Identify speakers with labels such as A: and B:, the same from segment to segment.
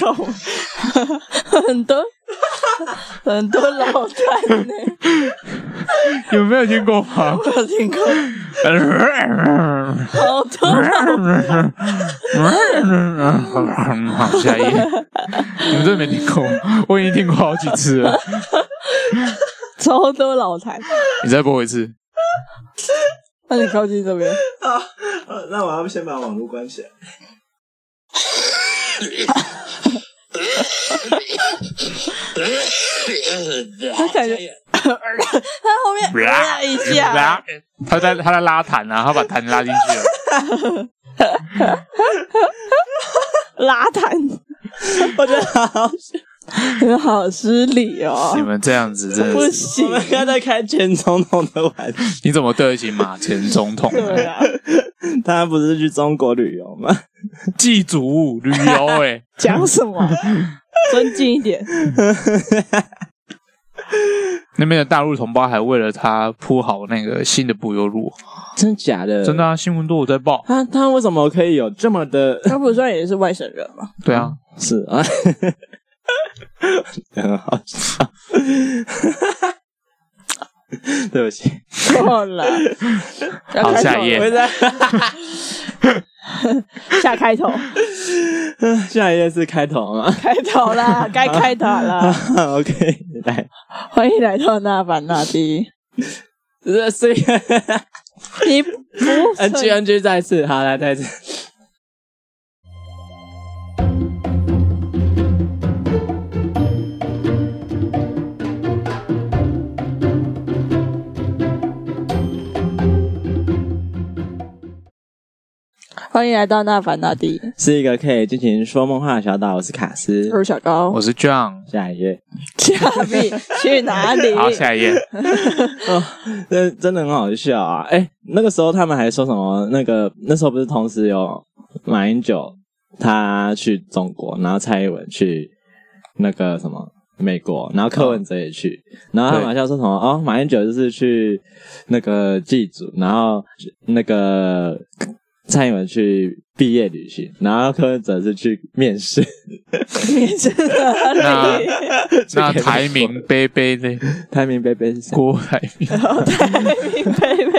A: 狗，很多 很多老蛋呢、
B: 有没有听过吗？
A: 我有听过好多老
B: 好，下一页。 你们真的没听过？我已经听过好几次了。
A: 超多老台，
B: 你再播我 一次。
A: 那你靠近这边，
C: 好，好 那我要先把网络关起来。
A: 他感觉他后面 拉一下，
B: 他在他在拉弹啊，他把弹拉进去了。
A: 拉弹，
C: 我觉得好，
A: 你们好失礼哦
B: 你，们这样子真
A: 不
B: 的是，
A: 行
C: 我，们刚在开前总统的玩笑，
B: 你怎么对得起马前总统呢？
A: 对啊，
C: 他不是去中国旅游吗？
B: 祭祖旅游 哎，
A: 讲什么？尊敬一点，
B: 那边的大陆同胞还为了他铺好那个新的柏油路，
C: 真假的？
B: 真的啊，新闻都有在报。
C: 他他为什么可以有这么的？
A: 他不算也是外省人吗？
B: 对啊，
C: 是啊， 很好笑。 对不起，
A: 错了，要
B: 好
A: 开
B: 下
A: 头
B: 一页
A: 了
C: 我在
A: 下开头，
C: 下一页是开头吗 啊
A: 开头啦，该开头啦。
C: ？OK，来，
A: 欢迎来到那凡那地。
C: 这是
A: 你不
C: NG NG 再一次，好来再一次。
A: 欢迎来到那凡那地。
C: 是一个可以进行说梦话的小岛，我是卡斯。
A: 我是小高
B: 我，是 John。
C: 下一页，
A: 下笔去哪里？
B: 好，下一页。
C: 那真的很好笑啊！哎、那个时候他们还说什么？那个那时候不是同时有马英九他去中国，然后蔡英文去那个什么美国，然后柯文哲也去，然后他们好像说什么哦，马英九就是去那个祭祖，然后那个蔡英文去毕业旅行，然后柯文哲是去面试。
A: 你是哪里？
B: 那台名杯杯呢？
C: 台民贝贝是谁？
B: 郭台铭，
A: 明贝贝，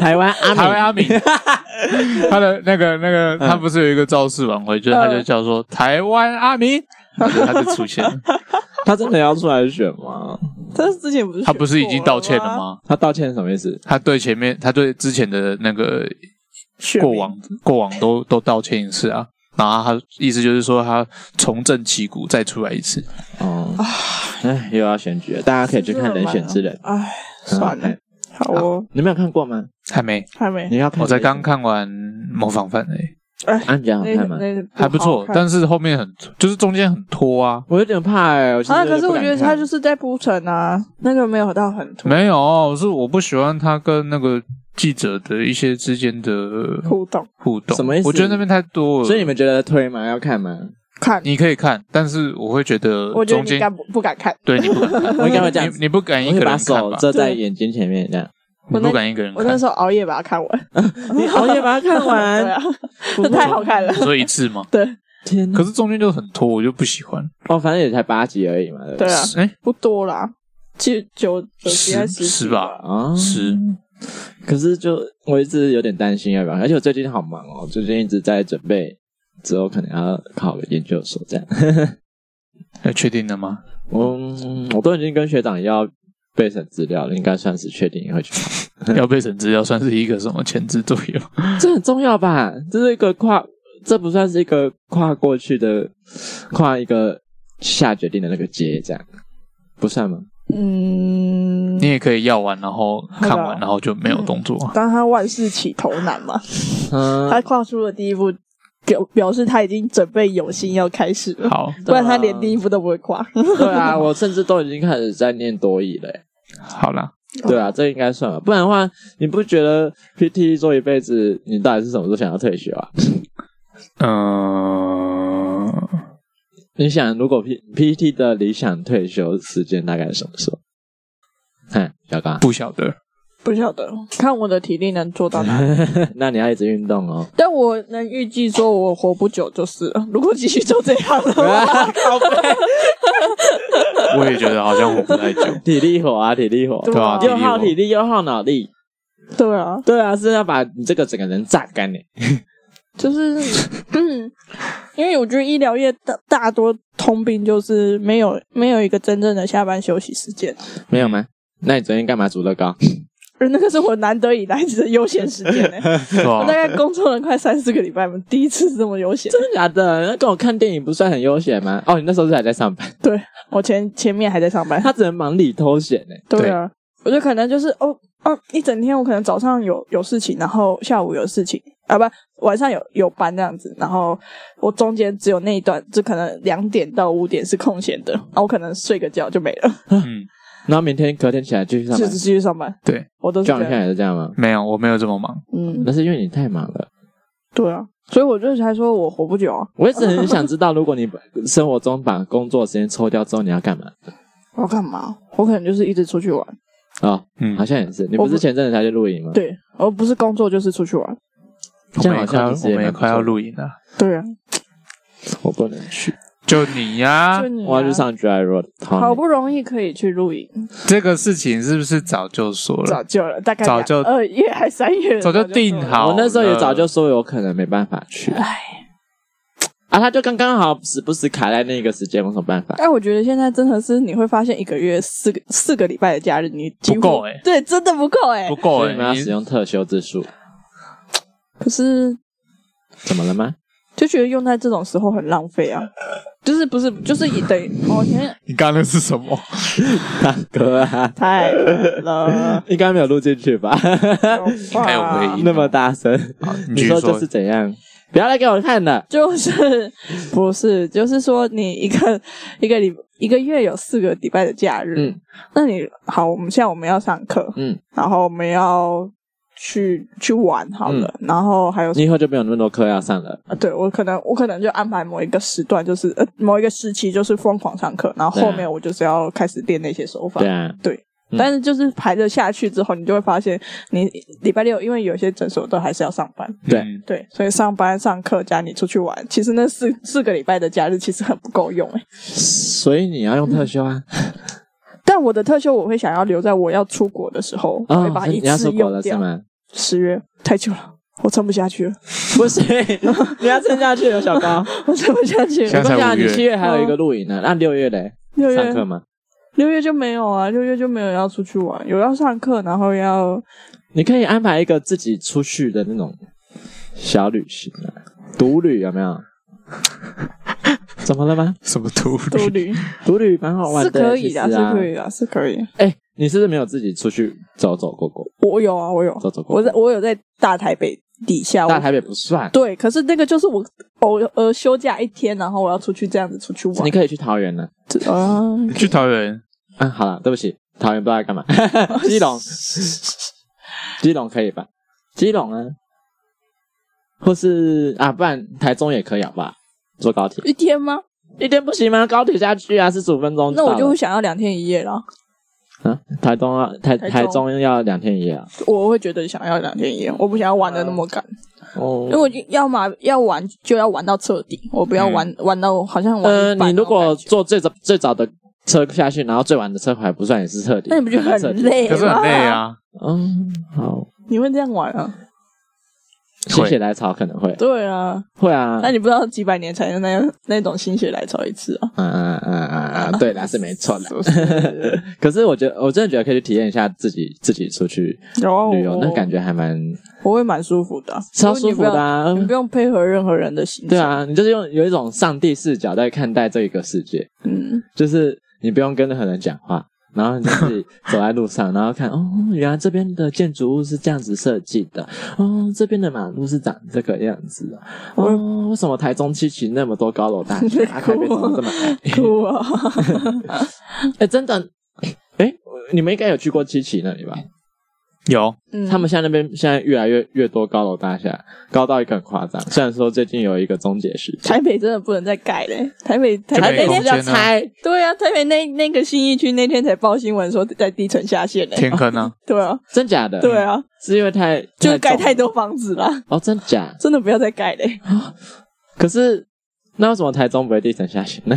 C: 台湾阿
B: 台湾
C: 美
B: 阿敏，他的那个那个，他不是有一个造势晚会，
A: 嗯
B: 就是他就叫说台湾阿敏，然后他就出现了。
C: 他真的要出来选吗？
A: 他之前不是
B: 他不是已经道歉了
A: 吗？
B: 吗？
C: 他道歉是什么意思？
B: 他对前面，他对之前的那个
A: 选
B: 过
A: 民
B: 往过往都都道歉一次啊。然后他意思就是说，他重振旗鼓，再出来一次。
C: 哦，哎，又要选举了，大家可以去看《人选之人》，
A: 哎，
C: 很好
A: 算了
C: 看。，
A: 好哦，
C: 你没有看过吗？
B: 还没，
A: 还没
C: 你。要看？
B: 我才刚，看完《模仿犯》诶，
C: 啊，你觉得好
A: 那
C: 看吗？
A: 那
B: 还不错，
A: 好看
B: 但是后面很就是中间很拖啊。
C: 我有点怕哎，
A: 啊，可是我觉得他就是是在铺陈啊，那个没有到很突
B: 没有，是我不喜欢他跟那个记者的一些之间的
A: 互动
B: 互动。
C: 什么意思
B: 我觉得那边太多了。
C: 所以你们觉得推吗？要 看吗？
A: 看，
B: 你可以看，但是我会觉得
A: 我觉得
B: 中
A: 你
B: 间
A: 敢不不敢看？
B: 对你不敢看，
C: 我应该会这样子
B: 你你不敢
C: 我
B: 一个
C: 会把
B: 人看
C: 手
B: 吧？
C: 遮在眼睛前面这样。
B: 你不敢一个人
A: 我那
B: 看，
A: 时候熬夜把它看完，
C: 你熬夜把它看
A: 对
C: 完，
A: 啊，那 太好看了？
B: 你。说一次吗
A: 对
C: 天哪
B: 可！是中间就很拖，我就不喜欢。
C: 哦，反正也才八集而已嘛。对不
A: 对
C: 对
A: 啊，
B: 哎，
A: 不多啦，九九九集还是
B: 十
A: 十
B: 十
A: 集
B: 吧？
C: 啊，
B: 是
C: 可是就我一直有点担心要不要，而且我最近好忙哦，最近一直在准备，之后可能要考个研究所这样。
B: 哎确定了 吗？
C: 我嗯我都已经跟学长要备审资料了，应该算是确定会去考。
B: 要被审资料算是一个什么前置作用？
C: 这很重要吧？这是一个跨，这不算是一个跨过去的，跨一个下决定的那个阶，这样不算吗？
A: 嗯
B: 你，也可以要完，然后看
A: 好的
B: 完，然后就没有动作。
A: 当他万事起头难嘛，
C: 嗯，
A: 他跨出了第一步，表表示他已经准备有心要开始了，
B: 好，
A: 不然他连第一步都不会跨。
C: 对啊，我甚至都已经开始在念多义了欸。
B: 好啦，
C: 对啊，这应该算吧，不然的话，你不觉得 PT 做一辈子，你到底是什么时候想要退休啊？
B: 嗯，
C: 你想，如果 P PT 哎的理想退休时间大概是什么时候？看小刚，啊
B: 不晓得，
A: 不晓得，看我的体力能做到哪里。
C: 那你要一直运 动哦。
A: 但我能预计说我活不久就是了。如果继续就这样的话，
B: 我也觉得好像活不太久。
C: 体力活啊，体 力活，
A: 对
B: 啊体
C: 又耗
B: 力活
C: 体力又耗脑力。
A: 对啊，
C: 对啊，是要把你这个整个人榨干呢。
A: 就是嗯，因为我觉得医疗业大大多通病就是没有没有一个真正的下班休息时间，
C: 没有吗？那你昨天干嘛煮乐高？
A: 而那个是我难得以来的悠闲时间呢、
B: 对啊
A: 我
B: 吧
A: 大？概工作了快三四个礼拜吧，第一次这么悠闲。
C: 真的假的？那跟我看电影不算很悠闲吗？哦，你那时候是还在上班，
A: 对我前前面还在上班，
C: 他只能忙里偷闲欸呢。
A: 对啊，我就可能就是哦哦，一整天我可能早上有有事情，然后下午有事情啊，不晚上有有班这样子，然后我中间只有那一段，就可能两点到五点是空闲的，然后我可能睡个觉就没了，
B: 嗯，
C: 然后明天隔天起来继续上
A: 就
C: 班
A: 是。继续上班。
B: 对，
A: 我都是这
C: 叫你看
A: 样，
C: 也是这样吗？
B: 没有，我没有这么忙。
A: 嗯，
C: 那是因为你太忙了。
A: 对啊，所以我就才说我活不久啊，
C: 我一直很想知道，如果你把生活中把工作时间抽掉之后，你要干嘛？
A: 我要干嘛？我可能就是一直出去玩，
C: 哦，
B: 嗯
C: 好，像也是。你
A: 我
C: 不
A: 不
C: 是前阵子才去露营吗？，
A: 对，而不是工作就是出去玩，
B: 我
C: 这样
B: 们
C: 好
B: 也快要，
C: 像
B: 我
C: 其实也
B: 们也
C: 蛮不
B: 快要
C: 错的
B: 录影了。
A: 对啊，
C: 我不能去，
B: 就你呀、
A: 就你、啊、
C: 我要去上 dry road。
A: 好不容易可以去露营，
B: 这个事情是不是早就说
A: 早
B: 了？
A: 就了，大概
B: 早
A: 两
B: 就
A: 二月 还三月了，
B: 早就
A: 说
B: 定
A: 了
B: 好嗯
C: 我那时候也早就
B: 了
C: 说有可能没办法去
A: 唉，
C: 啊，他就刚刚好时不时卡在那个时间，有什么办法？
A: 但我觉得现在真的是你会发现，一个月四个四个礼拜的假日，你几乎
B: 不够欸
A: 对，真的不够哎、
B: 不够
C: 所以
B: 哎、
C: 你们要
B: 你
C: 使用特休之术，
A: 可是
C: 怎么了吗？
A: 就觉得用在这种时候很浪费 啊，就是不是就是也等于哦，前面
B: 你刚刚那是什么？
C: 大哥啊，
A: 太冷 了，
C: 应该没有录进去吧？
B: 该有回忆
C: 那么大声，
B: 你
C: 你
B: 继续
C: 说
B: 说
C: 就是怎样？不要来给我看了，
A: 就是 不是就是说你一个 一个礼一个月有四个礼拜的假日，
C: 嗯
A: 那你好，我们现在我们要上课，
C: 嗯，
A: 然后我们要去去玩好了，然后还有
C: 嗯你以后就没有那么多课要上了。
A: 啊，对我可能我可能就安排某一个时段，就是呃某一个时期就是疯狂上课，然后
C: 对啊
A: 后面我就是要开始练那些手法。
C: 对啊，嗯
A: 但是就是排着下去之后，你就会发现，你礼拜六因为有些诊所都还是要上班，
C: 对
B: 嗯
A: 对，所以上班、上课加你出去玩，其实那四四个礼拜的假日其实很不够用哎、
C: 所以你要用特休啊。
A: 但我的特休我会想要留在我要出国的时候，我
C: 啊
A: 会，把
C: 你
A: 一
C: 你要
A: 次
C: 出国
A: 用
C: 了是
A: 掉。
C: 吗？
A: 十月太久了，我撑不下去了，
C: 不是， 你要撑下去有小高。
A: 我撑不下去了。
B: 现在才
C: 我跟你讲
B: 五月
C: 你七月还有一个露营呢，那啊六月嘞？
A: 嗯六月
C: 上课吗？
A: 六月就没有啊，六月就没有要出去玩，有要上课，然后要
C: 你可以安排一个自己出去的那种小旅行啊，独旅有没 有？怎么了吗？
B: 什么图？
A: 独 旅，
C: 独旅蛮好玩
A: 是
C: 的，
A: 可以的，
C: 其
A: 是
C: 实啊
A: 可以。的，是可以。
C: 哎、你是不是没有自己出去走走过过？
A: 我有啊，我有，
C: 走走过
A: 我在我有在大台北底下，
C: 大
A: 我
C: 台北不算，
A: 对，可是那个就是我偶尔休假一天，然后我要出去这样子出去玩
C: 你，可以去桃园呢。
A: 啊，
B: 去桃 园？
C: 啊，好了，对不起，桃园不知道在干嘛。基隆，基隆可以吧？基隆呢？或是啊，不然台中也可以好吧？坐高铁
A: 一天吗？
C: 一天不行吗？高铁下去啊，四十五分钟就
A: 那
C: 到
A: 我
C: 了。
A: 就会想要两天一夜啦，
C: 啊，台东啊，台
A: 台中
C: 台中要两天一夜啊。
A: 我会觉得想要两天一夜，我不想要玩的那么赶，
C: 哦
A: 因为我就要嘛要玩就要玩到彻底，我不要玩、玩到好像玩
C: 嗯呃，
A: 一半
C: 你如
A: 那
C: 果
A: 种感觉
C: 坐最早最早的车下去，然后最晚的车回来，不算也是彻底。
A: 那你不觉得
C: 还蛮彻
A: 很？
C: 底
A: 累吗？
B: 可是很累啊。
C: 嗯，好，
A: 你会这样玩啊？
C: 心血来潮可能会
A: 对啊，
C: 会啊。
A: 那你不知道几百年才有那样那种心血来潮一次啊？
C: 嗯嗯嗯嗯嗯，对啦，是没错的
A: 是。不是
C: 可是我觉得，我真的觉得可以去体验一下自己自己出去
A: 然后
C: 旅游，那感
A: 觉
C: 觉还蛮
A: 啊我会蛮舒服的啊，
C: 超舒服的、啊
A: 因为。你不用。你不用配合任何人的行程。
C: 对，啊，你就是用有一种上帝视角在看待这个世界，
A: 嗯，
C: 就是你不用跟任何人讲话，然后你就自己走在路上，然后看哦，原来这边的建筑物是这样子设计的，哦，这边的马路是长这个样子的，哦，为什么台中七期那么多高楼大厦，啊台北怎么这么矮？
A: 酷 啊！
C: 哎，真的，哎，你们应该有去过七期那里吧？
B: 有
A: 嗯，
C: 他们现在那边现在越来越越多高楼大厦，高到一个很夸张。虽然说最近有一个终结时间，
A: 台北真的不能再盖嘞，台北台
B: 就
C: 台
B: 没
A: 北那
C: 北
B: 空
C: 是
A: 天
B: 间
C: 要
B: 啊
C: 拆，
A: 对啊，台北那那个新义区那天才报新闻说在低层下线嘞，
B: 天坑啊，
A: 对啊，
C: 真假的？
A: 对，啊，
C: 是因为太
A: 就是盖太
C: 重
A: 多房子啦，
C: 哦，真假？
A: 真的不要再盖嘞。
C: 可是那为什么台中不会地层下行呢？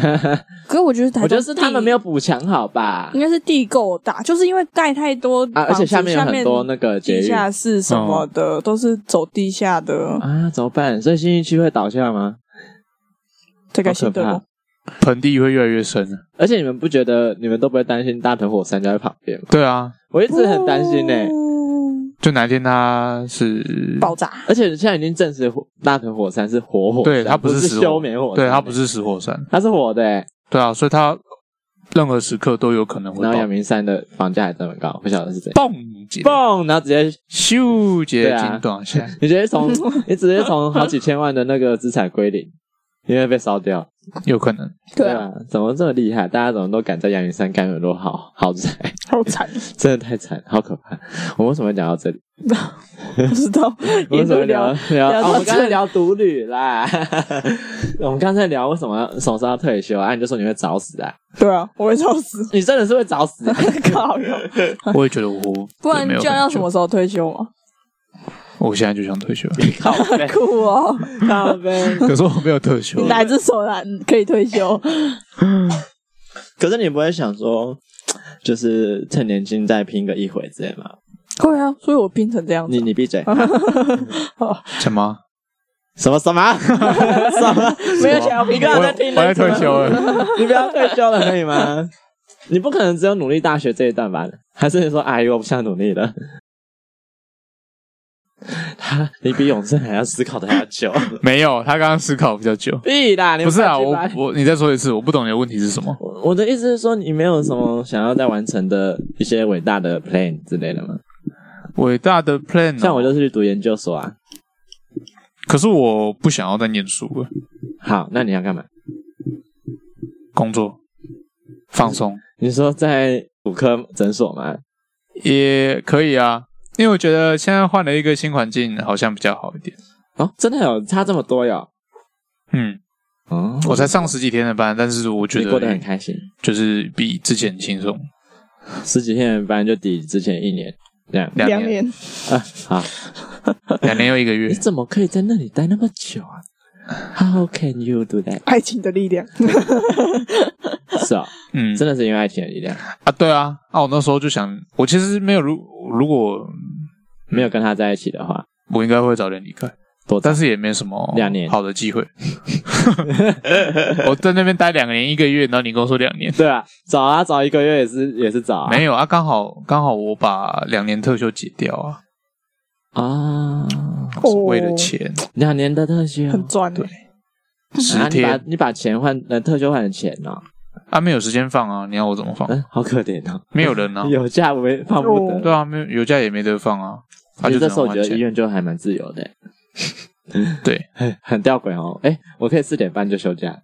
A: 可是我觉得台
C: 我觉得是他们没
A: 有，
C: 有补强好吧
A: 应？该是地够大，就是因为盖太多
C: 啊，而
A: 房
C: 且
A: 子
C: 下
A: 下
C: 面有很多那个捷
A: 地
C: 运哦
A: 下室什么的，都是走地下的，
C: 啊，怎么办？所以新一区会倒下吗？
A: 大概
C: 好可
A: 新的
C: 怕
A: 咯。
B: 盆地会越来越深啊。
C: 而且你们不觉得你们都不会担心大屯火山就在旁边吗？
B: 对啊，
C: 我一直很担心呢、欸
A: 嗯
B: 就哪天它是
A: 爆炸，
C: 而且现在已经证实火大屯火山是活火山，
B: 对它
C: 不
B: 不是死火
C: 休眠火山、欸
B: 对，它不
C: 是，
B: 是死火山，
C: 它是火的、欸。
B: 对啊，所以它任何时刻都有可能会
C: 然后阳
B: 爆
C: 明山的房价还这么高，不晓得是怎样。
B: 蹦结
C: 嘣！然后直接，
B: 咻
C: 对
B: 结
C: 啊
B: 金短线，
C: 你直接 从你直接从好几千万的那个资产归零，因为被烧掉。
B: 有可能
A: 对啊，
C: 啊，怎么这么厉害？大家怎么都敢在阳明山盖很多豪豪宅？
A: 好惨，
C: 真的太惨，好可怕！我们为什么会聊到这里？
A: 不知道
C: 我
A: 沿
C: 们
A: 路
C: 怎么
A: 聊
C: 聊
A: 聊
C: 聊？哦
A: 到
C: 我们刚
A: 这
C: 才
A: 里
C: 聊独旅啦， 我们刚才聊为什么要什么时候要退休啊？你就说你会早死啊，
A: 对啊，我会笑死，
C: 你真的是会早死、啊
A: 靠哟！
B: 我也觉得我
A: 不然
B: 没有
A: 就要
B: 很
A: 什
B: 久
A: 么时候退休嘛？
B: 我现在就想退休，
C: 靠背
A: 酷哦，
C: 靠 背。
B: 可是我没有退休
A: 你，哪只手啊可以退休？
C: 可是你不会想说，就是趁年轻再拼个一回之类吗？
A: 会啊，所以我拼成这样子
C: 你。你闭嘴！
B: 什么？
C: 什么什么 什么？
A: 没有想要拼
C: 你刚刚
B: 我
C: 在听
B: 我要退
C: 人生
B: 休了。
C: 你不要退休了可以吗？你不可能只有努力大学这一段吧？还是你说，哎呦，我不想努力了？ 他，你比永胜还要思考的还要久。
B: 没有，他刚刚思考比较久。
C: 屁啦，你
B: 不是啊，
C: 快去
B: 我
C: 吧
B: 我你再说一次，我不懂你的问题是什么。
C: 我我的意思是说，你没有什么想要再完成的一些伟大的 plan 之类的吗？
B: 伟大的 plan，、哦、
C: 像我就是去读研究所啊。
B: 可是我不想要再念书了，
C: 好，那你要干嘛？
B: 工作放松
C: 你说在骨科诊所吗？
B: 也可以啊，因为我觉得现在换了一个新环境，好像比较好一点。
C: 哦，真的有差这么多哟。
B: 嗯，
C: 哦，
B: 我才上十几天的班，但是我觉
C: 你过得很
B: 得
C: 开心，
B: 就是比之前轻 松
C: 十几天的班就抵之前一年这样
B: 两
A: 两
B: 年，
A: 年，
C: 啊。好，
B: 两年又一个月
C: 你。怎么可以在那里待那么久啊？How can you do that？
A: 爱情的力量。
C: 是啊、哦，
B: 嗯
C: 真的是因为爱情的力量，
B: 啊，对啊，啊，我那时候就想，我其实没有如如果
C: 没有跟他在一起的话，
B: 我应该会早点离开，
C: 多
B: 但是也没什么
C: 两年
B: 好的机会。 我在那边待两年一个月，然后你跟我说两年，
C: 对啊，找啊找一个月也是也是找啊
B: 没有啊，刚好刚好我把两年特休解掉啊，
C: 啊，
A: 哦
B: 是为了钱，
C: 两年的特休，
A: 很赚欸
B: 对十
C: 啊你把
B: 天
C: 你把钱换呃特休换成钱哦，
B: 啊没有时间放啊，你要我怎么放？
C: 嗯，好可怜哦，
B: 没有人 啊，
C: 有假没放不得。
B: 对啊，没有有假也没得放啊，他就只
C: 其实这
B: 能
C: 时候我
B: 还
C: 觉得医
B: 钱。
C: 院就还蛮自由的，
B: 对，
C: 很很吊诡哦。哎，我可以四点半就休假，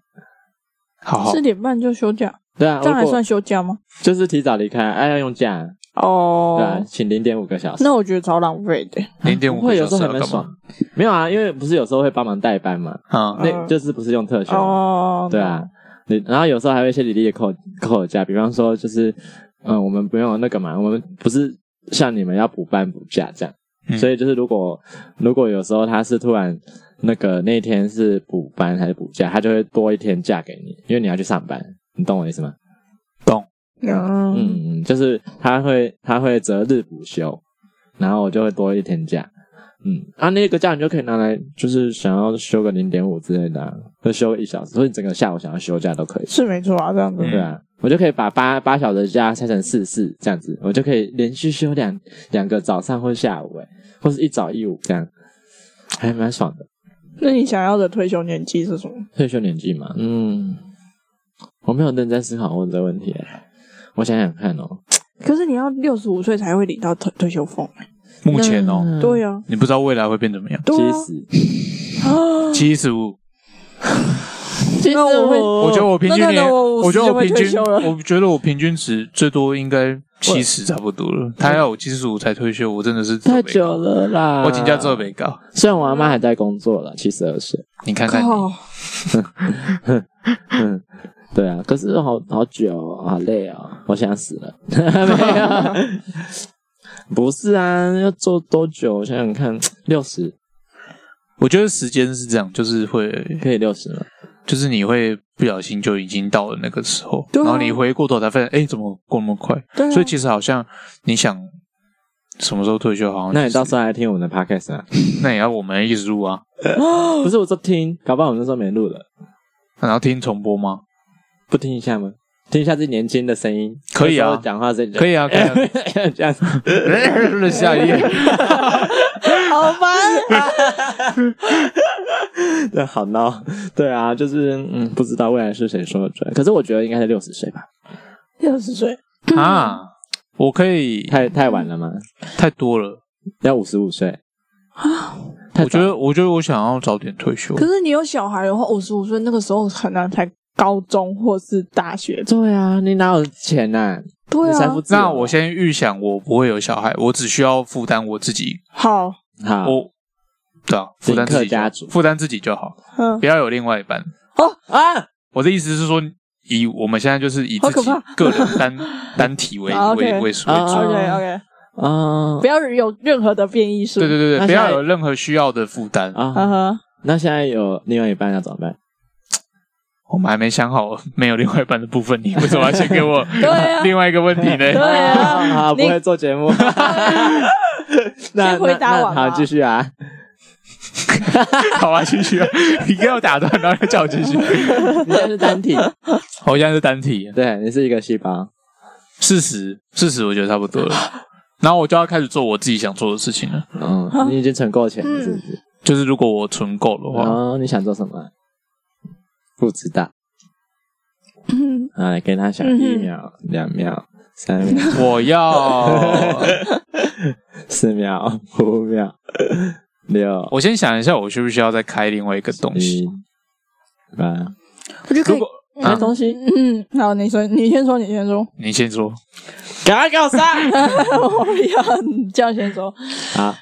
B: 好好
A: 四，点半就休假，
C: 对啊，
A: 这样还
C: 如果
A: 算休假吗？
C: 就是提早离开，哎，要用假，对啊
A: 哦，，
C: 请零点五个小时。
A: 那我觉得超浪费的。
B: 零点五
C: 不会
B: 个
C: 有
B: 小
C: 时
B: 时啊
C: 候
B: 要
C: 还蛮
B: 干
C: 爽
B: 嘛？，
C: 没有啊，因为不是有时候会帮忙代班嘛，
B: 啊，
C: 那就是不是用特休，
A: 哦，
C: 对啊，你然后有时候还会一些礼礼的扣扣假，比方说就是，嗯，我们不用那个嘛，我们不是像你们要补班补假这样，
B: 嗯
C: 所以就是如果如果有时候他是突然那个那一天是补班还是补假，他就会多一天假给你，因为你要去上班，你懂我意思吗？
A: 嗯，
C: 嗯，就是他会他会择日补休，然后我就会多一天假。嗯，啊，那个假你就可以拿来，就是想要休个零点五之类的、啊，就休一小时，所以你整个下午想要休假都可以。
A: 是没错啊，这样子
B: 嗯
C: 对啊，我就可以把八八小时的假拆成四四这样子，我就可以连续休两两个早上或下午、欸，或是一早一午这样，还蛮爽的。
A: 那你想要的退休年纪是什么？
C: 退休年纪嘛，嗯，我没有认真思考过这个问题、欸，我想想看哦、
A: 可是你要六十五岁才会领到退退休俸。欸
B: 目前哦，
C: 那，
A: 对啊，
C: 哦
B: 你不知道未来会变怎么样，
A: 对啊
C: 其实
B: 七十五，
A: 其实
C: 那
A: 我会
B: 我觉得我平均
A: 哦那那
B: 年，
A: 那我五十
B: 我觉得
A: 就
B: 我
A: 会
B: 平
A: 退
B: 均，
A: 休了
B: 我觉得我平均值最多应该七十差不多了。他要我七十五才退休，我真的是
C: 太
B: 做
C: 久
B: 不
C: 了啦，
B: 到，我请假之后没搞。
C: 虽然我阿妈还在工作了，七十二岁，
B: 你看看你，
A: 靠，
C: 嗯，对啊，可是好好久、哦，好累哦，我想死了， 没有，不是啊，要做多久？我想想看，六十
B: 我觉得时间是这样，就是会，
C: 可以六十吗？
B: 就是你会不小心就已经到了那个时候，
A: 对啊
B: 然后你回过头才发现，哎，怎么过那么快？
A: 对啊
B: 所以其实好像你想什么时候退休，好像
C: 那你到
B: 到
C: 时候来听我们的 podcast 啊？
B: 那也要我们一直录啊，
C: 不是，我说听，搞不好我那时候没录了，
B: 然后听重播吗？
C: 不听一下吗？听一下这年轻的声音，
B: 可以啊
C: 有时候讲话这
B: 可以啊，可以 啊
C: 这样子，
B: 下 一页。
A: 好烦啊！
C: 对，好闹，对啊，就是嗯，不知道未来是谁说的准，可是我觉得应该是六十岁吧，
A: 六十岁，
B: 啊，我可以
C: 太太晚了吗？
B: 太多了。
C: 要五十五岁太
B: 我觉得，我觉得我想要早点退休
A: 可。是你有小孩的话，五十五岁那个时候可能才高中或是大学。
C: 对啊，你哪有钱呐、
A: 对
C: 你财
A: 啊
C: 富，自由啊
B: 那我先预想，我不会有小孩，我只需要负担我自己。
A: 好，
C: 好，
B: 我对啊，负担自己
C: 丁克啊家
B: 就
C: 族
B: 好，负担自己就好，
A: 嗯
B: 不，要有另外一半。
C: 啊，
B: 我的意思是说，以我们现在就是以自己
A: 好可
B: 个人单单体为
A: 好
B: 为
A: OK
B: 为主。
C: 啊
A: OK OK，
C: 啊
A: 不要有任何的变异数。
B: 对对对
C: 那
B: 对，不
C: 现在
B: 要有任何需要的负担。
A: 嗯
C: 啊，
A: 哼，
C: 那现在有另外一半要怎么办？
B: 我们还没想好没有另外一半的部分，你为什么要先给我
A: 啊
B: 另外一个问题呢？
A: 对 啊
C: 啊，不
A: 你
C: 会做节目，那
A: 先回答
C: 那
A: 我吧
C: 那好，继续啊，
B: 好啊，继续啊！你给我打断，然后又叫我继续。
C: 你现在是单体，
B: 我现在是单体，
C: 对你是一个细胞，
B: 四十，四十，我觉得差不多了。然后我就要开始做我自己想做的事情了。
C: 嗯，你已经存够钱了，
A: 嗯
C: 是不是？
B: 就是如果我存够的话，
C: 哦，你想做什么？不知道，
A: 嗯
C: 啊，给他想
A: 嗯哼
C: 一秒、两秒、三秒、
B: 我要，
C: 四秒、五秒、六、
B: 我先想一下，我需不需要再开另外一个东西
C: 七？、八。
A: 我就可
B: 如
A: 以
B: 果
A: 买东西。嗯，好，你说，你先说，你先说，
B: 你先说，
C: 赶快给我上！
A: 我不要你这样先 说。
C: 好，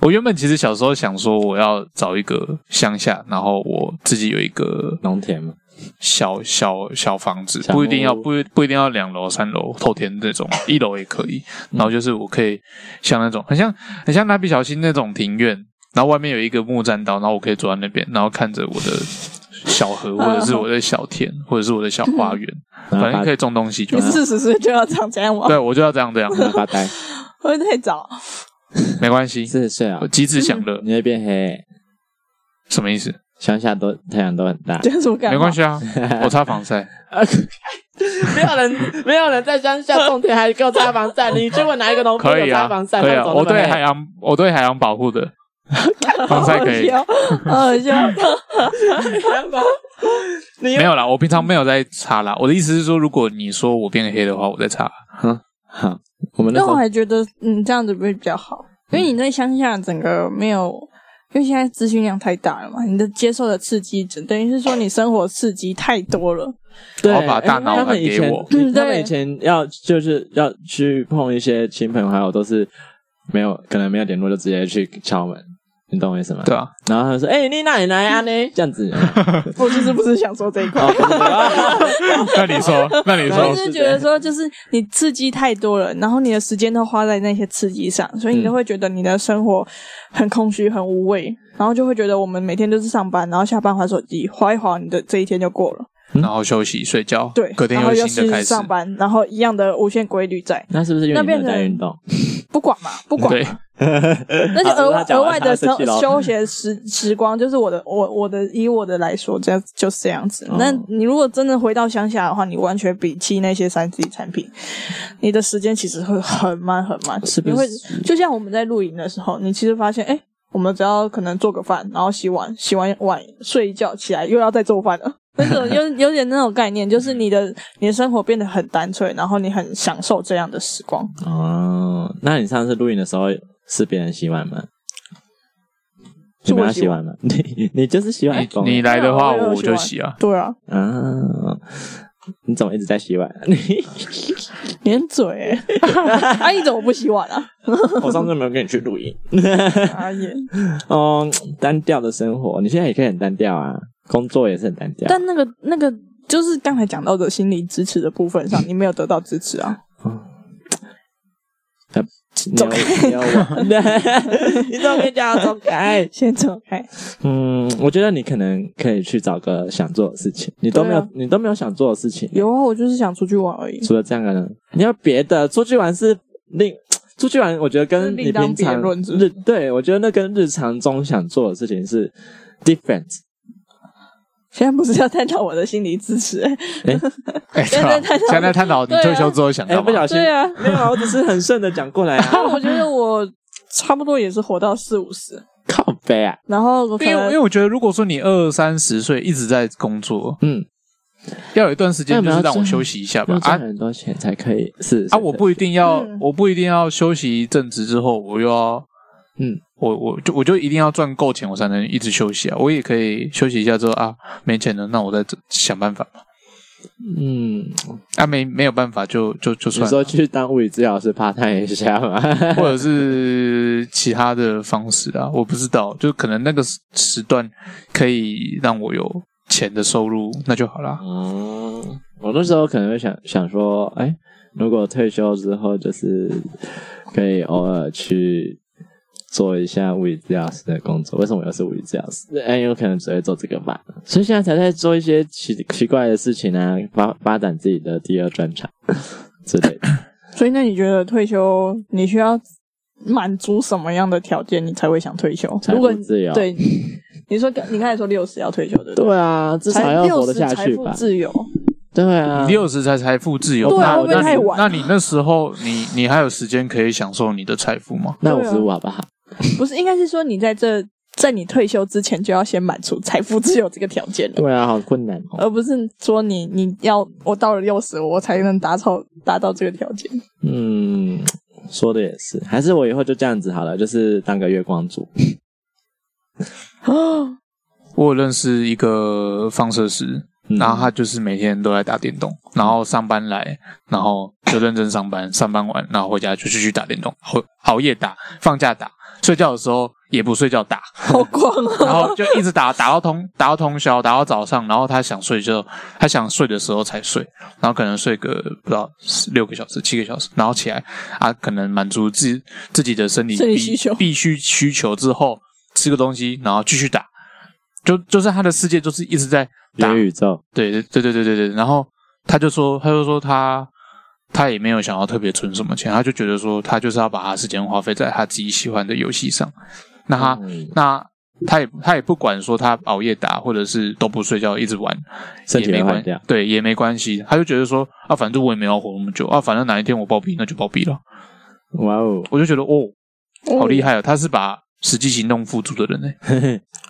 B: 我原本其实小时候想说，我要找一个乡下，然后我自己有一个
C: 农田嘛，
B: 小小小房子，
C: 小
B: 不一定要
C: 木屋
B: 不不一定要两楼、三楼、透天这种，一楼也可以。
C: 嗯
B: 然后就是我可以像那种很像很像蜡笔小新那种庭院，然后外面有一个木栈道，然后我可以走在那边，然后看着我的小河，或者是我的小田，或者是我的小花园，
C: 然后
B: 反
C: 发
B: 正可以种东西就
A: 你
B: 好。
A: 四十岁就要长这样吗？
B: 对，我就要这样这样，
C: 发呆。
A: 会不会太早？
B: 没关系，
C: 四十岁啊
B: 我，及时享乐
C: 你会变黑，
B: 什么意思？
C: 乡下都太阳都很大
A: 这。样子我感
B: 没关。系啊，我擦防晒。
C: 没有 人，没有人在乡下种田还给我擦防晒，你去问哪一个农
B: 可以啊，可以啊，我对海
C: 还
B: 洋，我对海洋保护的防晒可以。
A: 好笑 好笑。
B: 没有啦，我平常没有在擦啦。我的意思是说，如果你说我变黑的话，我在擦。
C: 好，我们那
A: 那
C: 时
A: 我
C: 候
A: 还觉得，嗯，这样子会比较好，因为你在乡下整个没有，因为现在资讯量太大了嘛，你的接受的刺激，等于是说你生活刺激太多 了。
C: 对哎
B: 我把大脑
C: 他们
B: 还
C: 以
B: 给
C: 前
B: 我，
A: 嗯
C: 他们
A: 对
C: 以前要就是要去碰一些亲朋好友，都是没有可能没有联络就直接去敲门，你懂我意思吗？
B: 对。啊，
C: 然后他们说：“哎，你哪里来啊？呢？”这样子。
A: 我其实不是想说这一块，
C: 哦不是啊
B: 那你说，那你
A: 我
B: 说
A: 是觉得说，就是你刺激太多了，然后你的时间都花在那些刺激上，所以
B: 嗯
A: 你就会觉得你的生活很空虚、很无味，然后就会觉得我们每天都是上班，然后下班划手机，划一划，你的这一天就过了。
B: 然后休息睡觉，
A: 对，
B: 隔天
A: 然后又
B: 新的开
A: 是
B: 始。
A: 上班，然后一样的无限规律在，
C: 那是不是因为
A: 那
C: 你没
A: 变
C: 有
A: 成
C: 在运动？
A: 不管嘛，不管
B: 对
A: 嘛。， 那就额
C: 好那他
A: 外
C: 讲
A: 额
C: 完
A: 外的
C: 他
A: 休
C: 生气了
A: 休闲时 时光，就是我的我我的以我的来说，这样就是这样子
C: 哦。
A: 那你如果真的回到乡下的话，你完全摒弃那些三 C 产品，你的时间其实会很慢很慢，
C: 是不
A: 你会
C: 是
A: 就像我们在露营的时候，你其实发现，哎、我们只要可能做个饭，然后洗碗，洗完碗睡一觉起来又要再做饭了。 那种有有点那种概念，就是你的你的生活变得很单纯，然后你很享受这样的时光。
C: 哦，那你上次录影的时候是别人洗碗吗？你
A: 是
C: 们
A: 我
C: 要
A: 洗
C: 洗
A: 碗
C: 碗了， 你哎你就是洗碗
B: 你
C: 工
B: 你来的话，
A: 没有
B: 我
A: 我喜欢
B: 就洗啊。
A: 对啊，
C: 啊？你怎么一直在洗碗？
A: 你很嘴、欸，啊，你怎么不洗碗啊？
C: 我上次没有跟你去录音。
A: 阿姨，
C: 哦，单调的生活，你现在也可以很单调啊，工作也是很单调。
A: 但那个那个就是刚才讲到的心理支持的部分上，你没有得到支持啊。
C: 你要你要我，你怎么可以叫我走开？
A: 先走开，
C: 嗯，我觉得你可能可以去找个想做的事情，你都没有，
A: 对啊
C: 你都没有想做的事情。
A: 有啊，我就是想出去玩而已。
C: 除了这样的呢，你要别的出去玩是另。出去玩，我觉得
A: 是
C: 跟
A: 另
C: 你
A: 当
C: 平
A: 别
C: 常
A: 论是不
C: 日对我觉得那跟日常中想做的事情是 different。
A: 现在不是要探讨我的心理支持、欸，
B: 哎，
A: 现在
B: 对吧
A: 探讨
B: 现在探讨你
A: 对啊
B: 退休之后想
C: 哎、
B: 干
C: 不
B: 嘛？
C: 小心，
A: 对啊
C: 没有啊，我只是很顺的讲过来啊。
A: 但 我觉得我差不多也是活到四五十，
C: 靠背啊，
A: 然后我可
B: 因为因为
A: 能
B: 我觉得，如果说你二三十岁一直在工作，
C: 嗯，
B: 要有一段时间
C: 那
B: 就
C: 你们
B: 是
C: 要
B: 让我
C: 赚
B: 休息一下吧
C: 要。
B: 啊
C: 赚很多钱才可以是
B: 啊，我不一定要
A: 嗯，
B: 我不一定要休息一阵子之后，我又要
C: 嗯，
B: 我我就我就一定要赚够钱，我才能一直休息啊。我也可以休息一下之后啊，没钱了，那我再想办法嘛。
C: 嗯，
B: 啊，没没有办法就就就
C: 你
B: 算了，
C: 说去当物理治疗师 part time 一下 嘛？
B: 或者是其他的方式啊，我不知道，就可能那个时时段可以让我有钱的收入，那就好
A: 啊
B: 啦。
C: 嗯， 我那时候可能会想想说，哎、如果退休之后，就是可以偶尔去做一下物理治疗师的工作。为什么又是物理治疗师？哎、有可能只会做这个吧，所以现在才在做一些奇奇怪的事情啊，发发展自己的第二 专长之类的。
A: 所以那你觉得退休你需要满足什么样的条件，你才会想退休？
C: 财
A: 如果
C: 富自由，
A: 对，你说你刚才说六十要退休，对不对？
C: 对啊，至少
A: 才
C: 要
A: 六
C: 活得
A: 十
C: 下
A: 财
C: 去
A: 富
C: 吧。
A: 自由，
C: 对啊，
B: 六十才财富自由，
A: 嗯对啊会
B: 那
A: 不会
B: 那
A: 太
B: 你
A: 晚
B: 那你那时候你你还有时间可以享受你的财富吗？
C: 那
A: 对
C: 五
A: 啊
C: 十五好不好？
A: 不是应该是说你在这在你退休之前就要先满足财富自由这个条件了。
C: 对啊，好困难哦。
A: 而不是说你你要我到了六十我才能达到达到这个条 件，
C: 嗯，说的也是，还是我以后就这样子好了，就是当个月光族。
B: 我有认识一个放射师，
C: 嗯
B: 然后他就是每天都在打电动，然后上班来，然后就认真上班，上班完然后回家就继续打电动，熬熬夜打，放假打，睡觉的时候也不睡觉打，
A: 好光
B: 然
A: 啊！
B: 后就一直打，打到通打到通宵，打到早上，然后他想睡就他想睡的时候才睡，然后可能睡个不知道十六个小时、七个小时，然后起来啊，可能满足自己自己的生理
A: 生理
B: 必
A: 需求
B: 必须需求之后吃个东西，然后继续打，就就是他的世界就是一直在打
C: 元宇宙，
B: 对对对对对对对，然后他就说，他就说他他也没有想要特别存什么钱，他就觉得说他就是要把他时间花费在他自己喜欢的游戏上。那他、
C: 嗯
B: 那他也他也不管说他熬夜打或者是都不睡觉一直玩，
C: 身
B: 也
C: 体
B: 没
C: 会坏
B: 关
C: 掉。
B: 对也没关系，他就觉得说啊，反正我也没有要活那么久啊，反正哪一天我暴毙那就暴毙了。
C: 哇哦，
B: 我就觉得哦，好厉
A: 害，
B: 害哦，他是把实际行动付诸的人呢、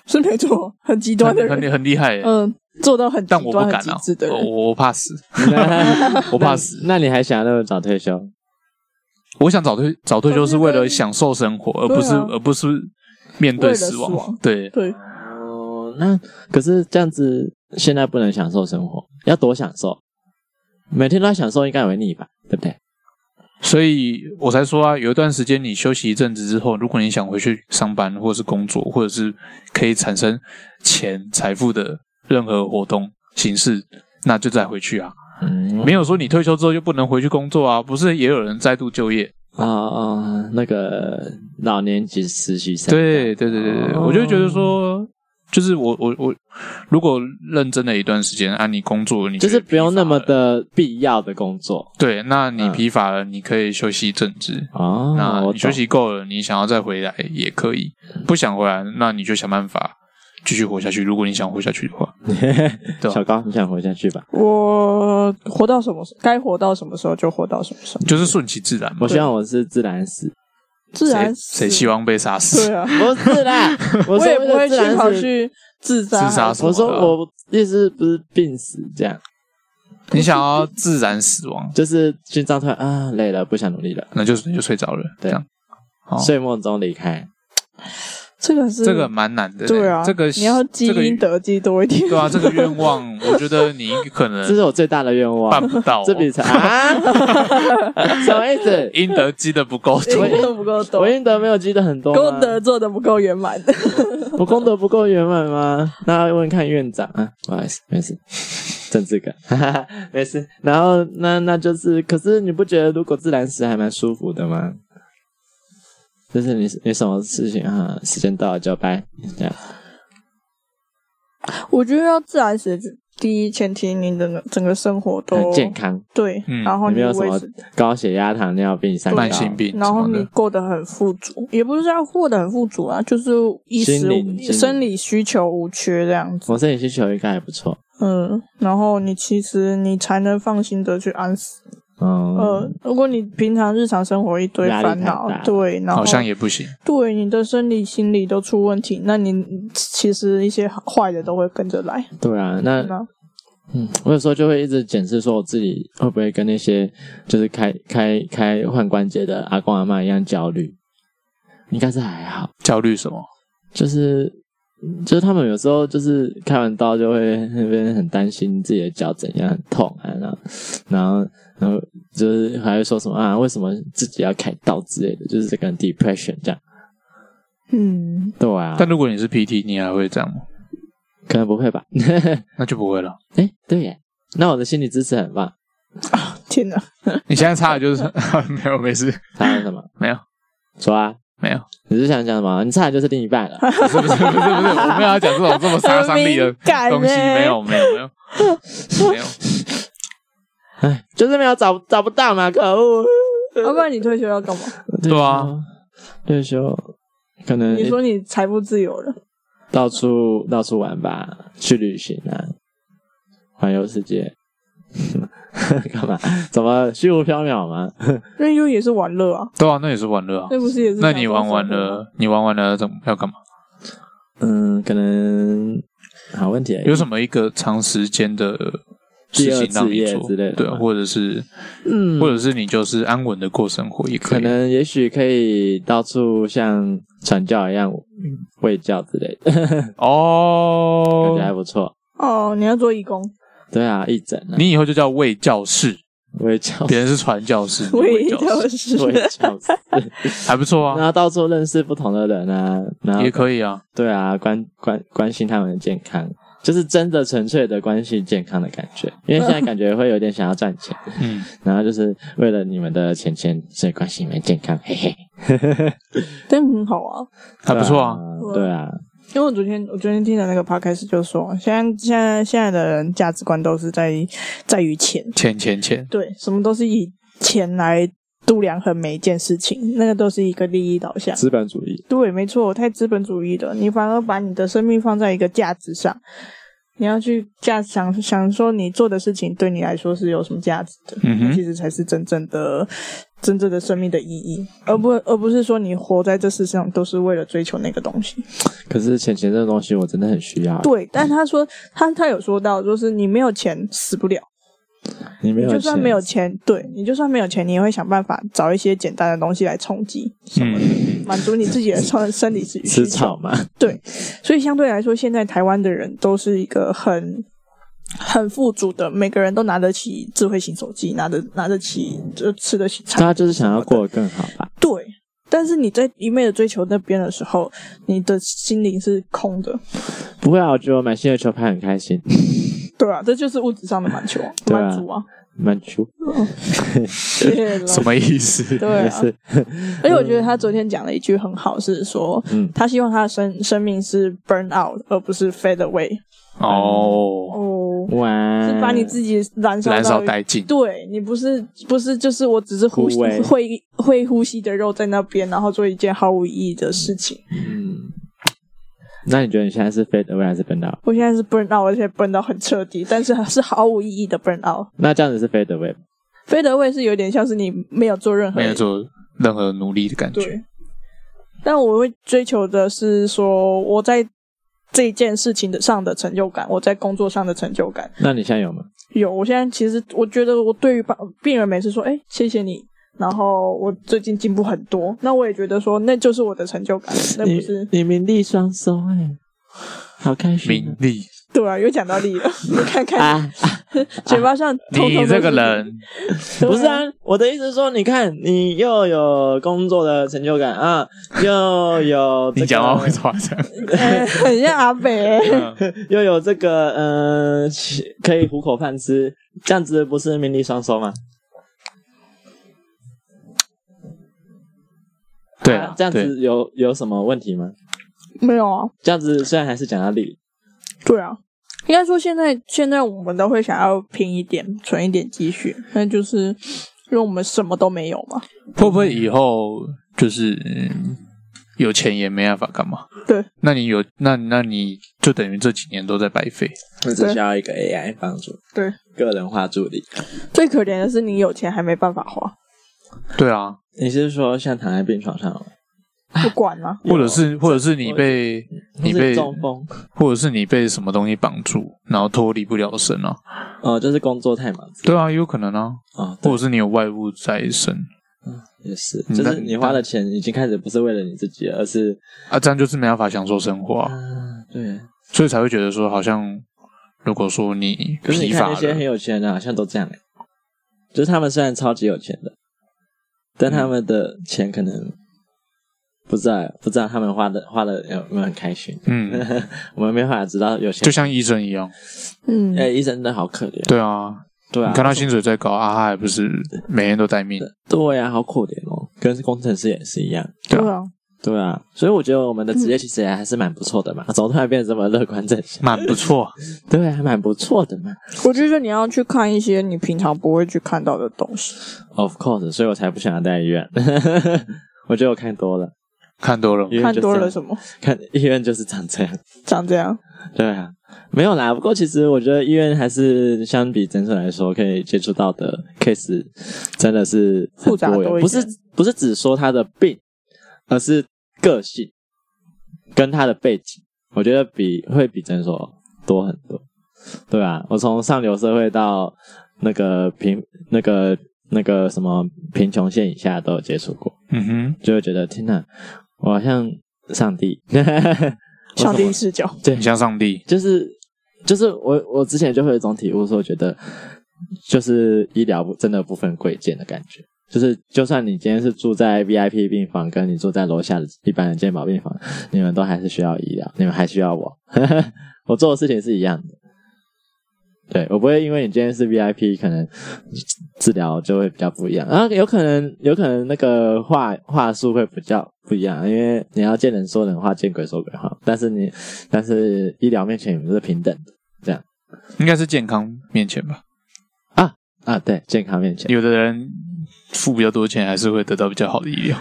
A: 是没错，很极端的
B: 很
A: 人，
B: 很很厉害、欸。
A: 啊嗯，做到很极
B: 但我不
A: 端、
B: 敢
A: 很极
B: 啊
A: 致，的
B: 我
A: 人。
B: 我我怕死， 我
C: 我
B: 怕死。
C: 那你还想那么早退休？
B: 我想早退早退休是为了享受生活，而
A: 对啊
B: 不是、而不是面对死
A: 为了死亡
B: 对，
A: 对，
C: 哦，那可是这样子，现在不能享受生活，要多享受。每天都在享受，应该也会腻吧？对不对？
B: 所以我才说啊，有一段时间你休息一阵子之后，如果你想回去上班或者是工作，或者是可以产生钱财富的任何活动形式，那就再回去啊。
C: 嗯，
B: 没有说你退休之后就不能回去工作啊，不是也有人再度就业？
C: 啊啊，那个老年级实习生，
B: 对对对对对，
C: 哦
B: 我就觉得说。就是我我我，如果认真的一段时间啊，你工作你觉
C: 就
B: 得
C: 是不用那么
B: 疲乏了
C: 的必要的工作
B: 对，那你
C: 嗯
B: 疲乏了，你可以休息一阵子。
C: 哦。
B: 那
C: 我
B: 你休
C: 懂嗯
B: 息够了，你想要再回来也可以。不想回来，那你就想办法继续活下去。如果你想活下去的话，对吧
C: 小高，你想活下去吧？
A: 我活到什么时候该活到什么时候就活到什么时候，
B: 就是顺其自然嘛
C: 我。希望我是自然死，
A: 自
B: 谁
A: 然
B: 谁希
A: 望？
B: 望被杀死
A: 对？ 啊，
C: 不是啦， 我
A: 我
C: 说
A: 也不会
C: 自
A: 去
C: 然
A: 跑
C: 死。
A: 去自杀，
B: 自杀什么
C: 我
B: 的
C: 说
B: 啊
C: 我意思不是病死这样，
B: 你想要自然死亡，
C: 就是心脏突然啊累了，不想努力了，
B: 那就你就睡着了，这
C: 对
B: 样。哦
C: 睡梦中离开。
A: 这个是
B: 这个蛮难的嘞。
A: 对啊，
B: 这个
A: 你要基
B: 这个
A: 因得基多一点，
B: 对啊，这个愿望，我觉得你可
C: 这
B: 能
C: 是我最大的愿望。
B: 办不到哦、
C: 这笔 才啊， 什么意思？
B: 应得积的不 够
A: 基
B: 多。
A: 因都不够多
C: 我，应得没有积的很多吗
A: 功德做的不够圆满。
C: 我功德不够圆满吗？那要问看院长啊，不好意思，没事， 政治感， 哈哈哈，没事。然后那那就是，可是你不觉得如果自然死还蛮舒服的吗？就是你你什么事情啊？时间到了就拜，这样
A: 我觉得要自然死，第一前提你的整个生活都
C: 很健康，
A: 对，
B: 嗯
A: 然后
C: 你
A: 你
C: 没有什
A: 维
C: 么
A: 持，
C: 高血压、糖尿病、三高
B: 慢性病
A: 然
B: 什
A: 后
B: 么
A: 你
B: 的，
A: 过得很富足，也不是要过得很富足啊，就是衣
C: 心灵
A: 食生理需求无缺这样子。
C: 我身体需求应该还不错。
A: 嗯，然后你其实你才能放心的去安死。
C: 嗯，
A: 呃，如果你平常日常生活一堆
C: 压力
A: 烦
C: 太
A: 恼
C: 大，
A: 对，然后
B: 好像也不行。
A: 对你的生理、心理都出问题，那你其实一些坏的都会跟着来。
C: 对啊，那
A: 那
C: 嗯，我有时候就会一直检视，说我自己会不会跟那些就是开开开换关节的阿公阿妈一样焦虑？应该是还好，
B: 焦虑什么？
C: 就是就是他们有时候就是开完刀就会那边很担心自己的脚怎样很痛啊，然后然后然后就是还会说什么啊，为什么自己要开刀之类的，就是这个 depression 这样。
A: 嗯，
C: 对啊，
B: 但如果你是 PT，你还会这样吗？
C: 可能不会吧？
B: 那就不会了。
C: 哎，对耶，那我的心理支持很棒。
A: 天哪，
B: 你现在差的就是 没有，没事，
C: 还有什么？
B: 没有，
C: 说啊，
B: 没有，
C: 你是想讲什么？你差点就是另一半了。
B: 不是不是不是不是，我没有要讲这种这么杀伤力的
A: 很敏感
B: 东西，
A: 欸
B: 没有没有没有没有，
C: 唉，就是没有找找不到嘛，可恶！
A: 要啊不然你退休要干嘛？
B: 对啊，
C: 退休可能
A: 你说你财富自由了，
C: 到处到处玩吧，去旅行啊，环游世界， 干嘛？怎么虚无缥缈吗？
A: 那又也是玩乐啊，
B: 对啊，那也是玩 乐啊。
A: 那不是也是？
B: 那你玩完，了，你玩完了怎么要干嘛？
C: 嗯，可能好问题耶。
B: 有什么一个长时间的事情让你
C: 第二
B: 做
C: 置业之类的
B: 对啊，
C: 吗
B: 或者是
C: 嗯
B: 或者是你就是安稳的过生活也可
C: 可
B: 以。
C: 能也许可以到处像传教一样喂教之类的，感觉还
B: 哦，
C: 不错。
A: 哦，你要做义工，
C: 对啊，义诊啊，
B: 你以后就叫卫教士，
C: 喂教
B: 别人是传教士，你 是
A: 我
B: 卫
A: 也
B: 教
A: 就
B: 士
A: 是
C: 喂教师。
B: 还不错
C: 然
B: 啊，
C: 后到处认识不同的人啊，然后
B: 也可以啊。
C: 对啊，关关关心他们的健康，就是真的纯粹的关心健康的感觉。因为现在感觉会有点想要赚 钱，
B: 嗯，
C: 然后就是为了你们的钱钱，所以关心你们健康，嘿嘿，
A: 但很好啊。
B: 还不错啊。
C: 对啊，
A: 因为我昨天我昨天听的那个 podcast 就说，现在现在现在的人价值观都是在在于钱，
B: 钱钱钱，
A: 对，什么都是以钱来度量衡每一件事情，那个都是一个利益导向。
C: 啊资本主义，
A: 对，没错，太资本主义了。你反而把你的生命放在一个价值上，你要去价想想说你做的事情对你来说是有什么价值的，
B: 嗯哼
A: 那其实才是真正的真正的生命的意义，而不而不是说你活在这世上都是为了追求那个东西。
C: 可是钱钱这个东西我真的很需要。啊
A: 对，但他说他他有说到，就是你没有钱死不了，
C: 你没
A: 你
C: 有
A: 就
C: 钱，
A: 算没有钱，对你就算没有钱，你也会想办法找一些简单的东西来充饥，
B: 嗯，
A: 满足你自己的 生生理需
C: 吃
A: 需求。
C: 草嘛，
A: 所以相对来说，现在台湾的人都是一个很很富足的，每个人都拿得起智慧型手机，拿得拿得起就吃得起餐。
C: 他就是啊想要过得更好吧。
A: 对，但是你在一味的追求那边的时候，你的心灵是空的。
C: 不会啊，我觉得我买新的球拍很开心，
A: 对啊，这就是物质上的满足啊，
C: 对啊
A: 满 足啊，
C: 蛮酷，
A: 谢谢了。
B: 什么意思？
A: 对
C: 也
A: 啊，
C: 是
A: 而且我觉得他昨天讲了一句很好，是说，
C: 嗯
A: 他希望他的生生命是 burn out，而不是 fade away。
B: 哦，
C: 嗯
A: 哦，
C: 哇，
A: 是把你自己燃烧
B: 燃
A: 到
B: 烧
A: 一
B: 殆尽，
A: 对你不是不是就是我只是呼吸
C: 枯萎
A: 会会呼吸的肉在那边，然后做一件毫无意义的事情。
C: 嗯，那你觉得你现在是 fade away 还是 burn out？
A: 我现在是 burn out，而且 burn 到很彻底，但是是毫无意义的 burn out。
C: 那这样子是 fade away 吧
A: 飞得位是有点像是你没有做任何
B: 没有做任何努力的感觉
A: 对。，但我会追求的是说我在这件事情的上的成就感，我在工作上的成就感。
C: 那你现在有吗？
A: 有，我现在其实我觉得我对于病病人每次说，哎，谢谢你。然后我最近进步很多，那我也觉得说，那就是我的成就感，那不是
C: 你你名利双收哎、好开心
B: 名 利。
A: 对啊？又讲到力了，你看
C: 啊！
A: 看
C: 啊
A: 嘴巴上通通都
B: 你
A: 是
B: 这个 人，
A: 对
C: 不是啊，我的意思是说，你看你又有工作的成就感 啊，又有、这个、
B: 你讲话会夸 张。
A: 哎很像阿北、欸，
B: 嗯
C: 又有这个呃，其可以糊口饭吃，这样子不是名利双收吗？
B: 对
C: 啊
B: 啊，
C: 这样
B: 对
C: 子有有什么问题吗？
A: 没有啊？
C: 这样子虽然还是讲到利，
A: 对啊，应该说现在现在我们都会想要拼一点，存一点积蓄，那就是因为我们什么都没有嘛。
B: 会不会以后就是、嗯有钱也没办法干嘛？
A: 对，
B: 那你有那那你就等于这几年都在白费。
C: 我
A: 只需
C: 要一个 AI 帮助
A: 对，
C: 个人化助理。
A: 最可怜的是你有钱还没办法花，
B: 对啊，
C: 你是说像躺在病床上吗，
A: 不管啊，
B: 或者是或者是你被你
C: 或是
B: 被
C: 中风？
B: 或者是你被什么东西绑住，然后脱离不了身啊？
C: 哦，就是工作太忙
B: 对啊，也有可能啊，
C: 啊，
B: 或
C: 对
B: 者是你有外物在身
C: 也是，
B: 你
C: 就
B: 在
C: 是你花的钱已经开始不是为了你自己了，而是
B: 啊，这样就是没办法享受生活、啊，
C: 啊，对。
B: 所以才会觉得说好像。如果说你
C: 可是你
B: 疲
C: 看
B: 乏
C: 那些很
B: 了，
C: 有钱的，好像都这样、欸，就是他们虽然超级有钱的，但
B: 嗯
C: 他们的钱可能不知道不知道他们花的花的有没有很开心，
B: 嗯，
C: 我们没办法知道有钱。
B: 就像医生一样，
A: 嗯，
C: 哎、医生真的好可怜，
B: 对啊，
C: 对啊，
B: 你看他薪水再高啊，他还不是每天都待命？
C: 对啊，好可怜哦，跟工程师也是一样。
A: 对
B: 对啊
A: 啊，
C: 对啊，所以我觉得我们的职业其实也还是蛮不错的嘛， 怎么突然变得这么乐观正向？
B: 蛮不错。
C: 对啊，还蛮不错的嘛。
A: 我觉得你要去看一些你平常不会去看到的东西。
C: Of course，所以我才不想要待医院。 我觉得我看多了，
B: 看多了
C: 医，院
A: 看
C: 就
A: 多
C: 这
A: 了
C: 样
A: 什么？
C: 看医院就是长这样，
A: 长这样，
C: 对啊，没有啦。不过其实我觉得医院还是相比诊所来说，可以接触到的 case 真的是很
A: 复杂
C: 多元
A: 多一点
C: 不是不是只说他的病，而是个性跟他的背景，我觉得比会比诊所多很多，对啊，我从上流社会到那个贫那个那个什么贫穷线以下都有接触过，
B: 嗯哼，
C: 就会觉得天哪，我好像上帝，
A: 上帝视角。
B: 很像上帝。
C: 就是就是我我之前就会有一种体悟，说觉得就是医疗不真的不分贵贱的感觉。就是，就算你今天是住在 VIP 病房，跟你住在楼下的一般的健保病房，你们都还是需要医疗，你们还需要我。 我做的事情是一样的。对，我不会因为你今天是 VIP，可能治疗就会比较不一样。然啊后有可能，有可能那个话话术会比较不一样，因为你要见人说人话，见鬼说鬼话。但是你，但是医疗面前你们是平等的
B: 应该是健康面前吧。
C: 啊。对，健康面前
B: 有的人付比较多钱，还是会得到比较好的医 疗，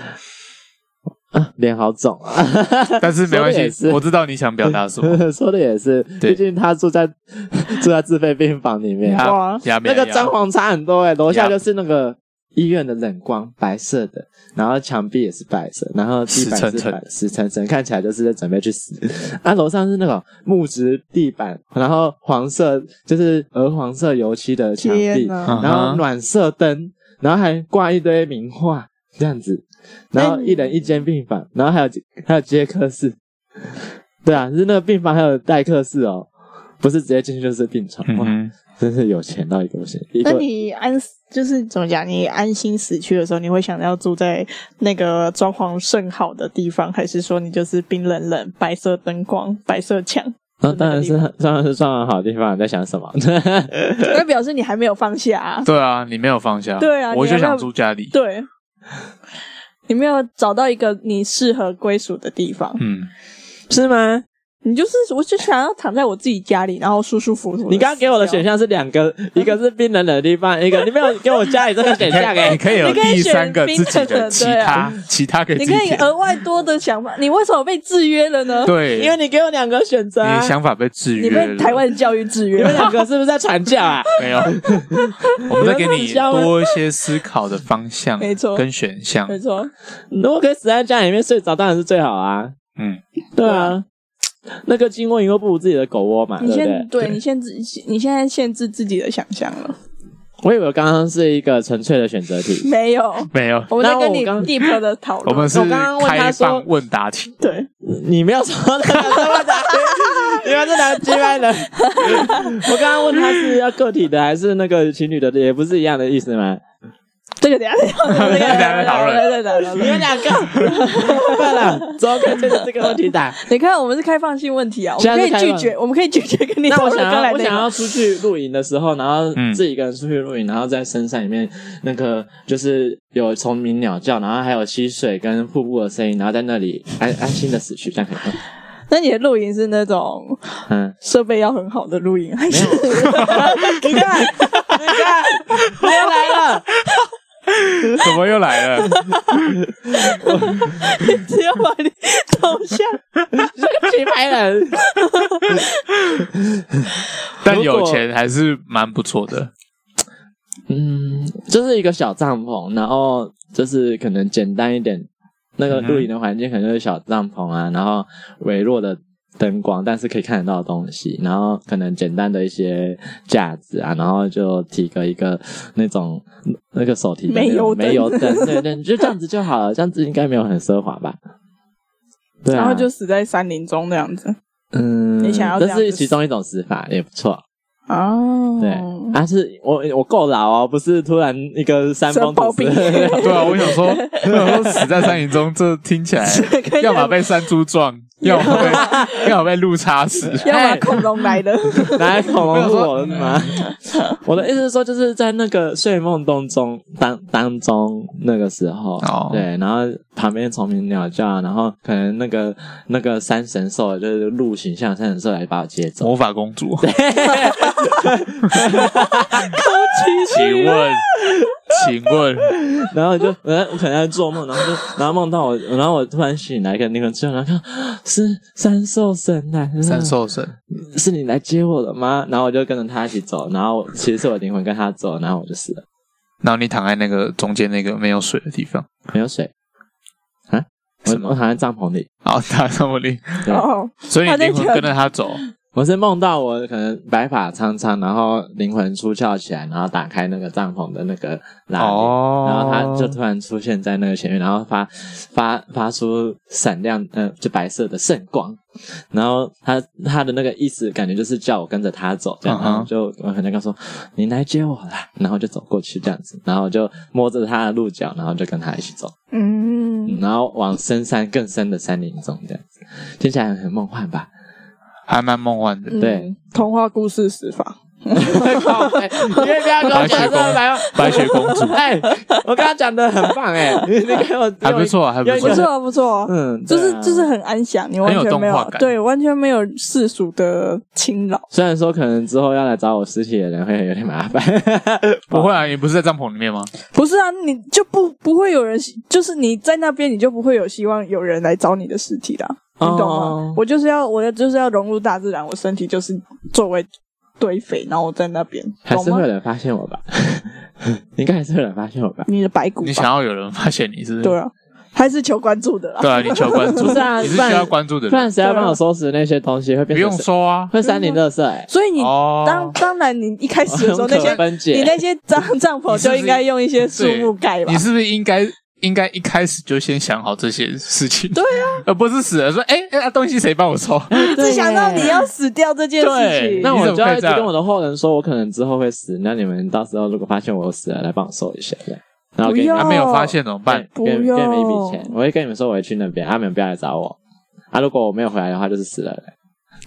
C: 啊，脸好肿啊。
B: 但是没关
C: 说的也
B: 系，
C: 是
B: 我知道你想表达什 么。
C: 说的也是，
B: 对
C: 毕竟他住在 住在自费病房里面，
A: 呀
B: 啊
A: 哇
B: 呀
C: 那个装潢差很多哎、楼下
B: 呀
C: 就是那个医院的冷光，白色的，然后墙壁也是白色，然后地板
B: 死沉
C: 是白
B: 沉
C: 死沉沉，看起来就是在准备去死。 啊，楼上是那种木质地板，然后黄色就是鹅黄色油漆的墙
A: 天
C: 壁，
A: 哪！
B: 嗯
C: 然后
B: 哼
C: 暖色灯，然后还挂一堆名画这样子，然后一人一间病房，然后还有还有接客室， 对啊，就是那个病房还有待客室哦，不是直接进去就是病床，
B: 嗯
C: 哇，
B: 哼，
C: 真是有钱到一个不行。一
A: 那
C: 个
A: 你安就是怎么讲？你安心死去的时候，你会想要住在那个装潢甚好的地方，还是说你就是冰冷冷、白色灯光、白色墙？
C: 那当然是当然是装潢好的地方，你 在想什么？
A: 那表示你还没有放下、啊。
B: 对啊，你没有放下。
A: 对啊
B: 我
A: 你还
B: 就
A: 没有
B: 想住家里。
A: 对，你没有找到一个你适合归属的地方，
B: 嗯，
C: 是吗？
A: 你就是我就想要躺在我自己家里，然后舒舒服服。
C: 你刚刚给我的选，项是啊两个，一个是冰冷冷的地方，一个你没有给我家里这个选 项
B: 你
C: 哎。
B: 可以有
A: 你可以
B: 第
A: 选
B: 三个自己
A: 冰冷的
B: 的，其
A: 对
B: 他
A: 啊
B: 其他可以
A: 你
B: 自
A: 可
B: 己
A: 以
B: 填。
A: 额外多的想法，你为什么被制约了呢？，
B: 对，
C: 因为你给我两个选择、
B: 你
C: 啊
B: 的，想法被制
A: 你
B: 约
A: 被
B: 了。
A: 台湾教育制
C: 你
A: 约
C: 们
A: 了。
C: 两个是不是在传教 啊？
B: 没 有，我们再给
C: 你
B: 你
C: 们乱教啊
B: 多一些思考的方向，
A: 没错
B: 跟选项
A: 没。错，
C: 如果可以死在家里面睡着，当然是最好啊。
B: 嗯，
C: 对啊，那个金窝银窝不如自己的狗窝嘛，
A: 你
C: 对不
A: 现
C: 对？
A: 对你限制，你现在限制自己的想象了。
C: 我以为刚刚是一个纯粹的选择题。
A: 没有，
B: 没有，
A: 我们在跟你
C: 那我刚
A: deep 的讨
B: 我
A: 论。
B: 们是
C: 我刚刚问
B: 开
C: 他说
B: 放问答题。
A: 对，
C: 你没有说的，你们这男鸡掰的。 我刚刚问他是要个体的还是那个情侣的，也不是一样的意思吗？
A: 这个等一下再讨论，这个
B: 等一下再讨论
A: 对对对对
C: 你
A: 对。
C: 们两个，算了，怎么可以对着这个问题 打？
A: 你看，我们是开放性问题啊，我
C: 现
A: 们
C: 在
A: 可
C: 是
A: 以拒
C: 开
A: 绝，我们可以拒绝跟你
C: 那
A: 讨
C: 我
A: 论
C: 想
A: 刚
C: 要，
A: 才
C: 我
A: 那
C: 想
A: 个。
C: 要出去露营的时候，然后
B: 嗯
C: 自己一个人出去露营，然后在深山里面，那个就是有虫鸣鸟叫，然后还有溪水跟瀑布的声音，然后在那里安安心的死去，这样可以吗？
A: 那你的露营是那种
C: 嗯，
A: 设备要很好的露营，还是
C: 你看，你看，我又来 了。
B: 怎么又来 了？
A: 只要把你走向？
C: 去拍人。
B: 但有钱还是蛮不错的。
C: 嗯，就是一个小帐篷，然后就是可能简单一点，那个露营的环境可能就是小帐篷啊，然后微弱的灯光，但是可以看得到的东西，然后可能简单的一些架子啊，然后就提个一个那种那个手提的那
A: 煤油
C: 种
A: 灯
C: 煤油灯，对对，你就这样子就好了，这样子应该没有很奢华吧？对啊，
A: 然后就死在山林中那样子
C: 嗯，
A: 你想要这
C: 这
A: 样子
C: 是其中一种死法，也不错。
A: 哦。
C: 对，啊，是我我够老哦，不是突然一个山
A: 山
C: 崩
A: 包
C: 土
A: 饼
C: 石，
B: 对啊，我想说，我想说死在山林中，这听 起来
A: 跟
B: 要么被山 猪撞，
A: 啊
B: 要么被要么被路插死。
A: 要么恐龙来的，
C: 来恐龙是我的妈！ 我的意思是说，就是在那个睡梦当中，当当中那个时候，
B: 哦
C: 对，然后旁边虫鸣鸟叫，啊然后可能那个那个山神兽就是鹿形象的山神兽来把我接走。
B: 魔法公主，请问，请问，
C: 然后我就我在我可能在做梦，然后就然后梦到我，然后我突然醒来跟那个之后，然后看是三兽神来了，
B: 三兽神，
C: 是你来接我的吗？然后我就跟着他一起走，然后其实是我灵魂跟他走，然后我就死了，
B: 然后你躺在那个中间那个没有水的地方，
C: 没有水啊，我
B: 什么
C: 我躺在帐篷里，
B: 好，躺在我 里，
C: 哎对
A: 哦，
B: 所以你灵魂跟着他走，
C: 我是梦到我可能白发苍苍，然后灵魂出窍起来，然后打开那个帐篷的那个拉链，
B: 哦
C: 然后他就突然出现在那个前面，然后发发发出闪亮呃就白色的圣光，然后他他的那个意思感觉就是叫我跟着他走，这
B: 嗯
C: 样，
B: 哼
C: 然后就我可能跟他说你来接我啦，然后就走过去这样子，然后就摸着他的鹿角，然后就跟他一起走，
A: 嗯，
C: 然后往深山更深的山林中这样子，听起来很梦幻 吧？
B: 还蛮梦幻的。
C: 对，
A: 嗯童话故事死法，
C: 哎靠背你也不要跟我讲这个白话
B: 白雪公主
C: 哎，我刚刚讲的很棒 哎，你给我
B: 还不，错，啊还不
C: 有一
A: 不
B: 错
C: 个。
A: 错不错，
C: 嗯，
A: 就是
C: 对啊
A: 就是，很安详，你完
B: 很有
A: 全
B: 动
A: 没
B: 画
A: 有
B: 感
A: 对，完全没有世俗的侵扰。
C: 虽然说可能之后要来找我尸体的人会有点麻 烦，
B: 不会啊，你不是在帐篷里面吗？
A: 不是啊，你就不不会有人，就是你在那边，你就不会有希望有人来找你的尸体啦，你懂吗
C: 哦？
A: 我就是要，我就是要融入大自然，我身体就是作为堆肥，然后我在那边，
C: 还
A: 懂
C: 是会
A: 吗
C: 有？人发现我吧？ 应该还是会有人发现我吧？
A: 你的白骨吧，
B: 你想要有人发现你是？
A: 对啊，还是求关注的啦。
B: 对啊，你求关注，
C: 不是啊
B: 你是
C: 不然
B: 需要关注的
C: 不
B: 人，
C: 然谁要帮我收拾那些东西？会变
B: 不
C: 成
B: 用收啊。
C: 会山林垃圾哎，
A: 所以你
B: 哦，
A: 当当然，你一开始的时 候
C: 很
A: 那些
C: 可分
A: 你
C: 解。
A: 那些帐帐篷
B: 你是
A: 就
B: 不是
A: 应该用一些树木盖吧
B: 你。是不是应该应该一开始就先想好这些事情？对啊，而不是死了说，哎、哎、啊东西谁帮我抽？
A: 你只想到你要死掉这件事
B: 对
A: 情，
C: 那我
B: 你
C: 就
B: 怎么可
C: 要
B: 以这
C: 一直
B: 样
C: 跟我的后人说，我可能之后会死。那你们到时候如果发现我死了，来帮我收一下，这样然后给你
A: 不
B: 还
A: 要
B: 啊没有发现怎么办？
A: 不
C: 给你们给你们一笔
A: 用
C: 钱，我会跟你们说我会去那边，他们不要来找我。啊，如果我没有回来的话，就是死了人。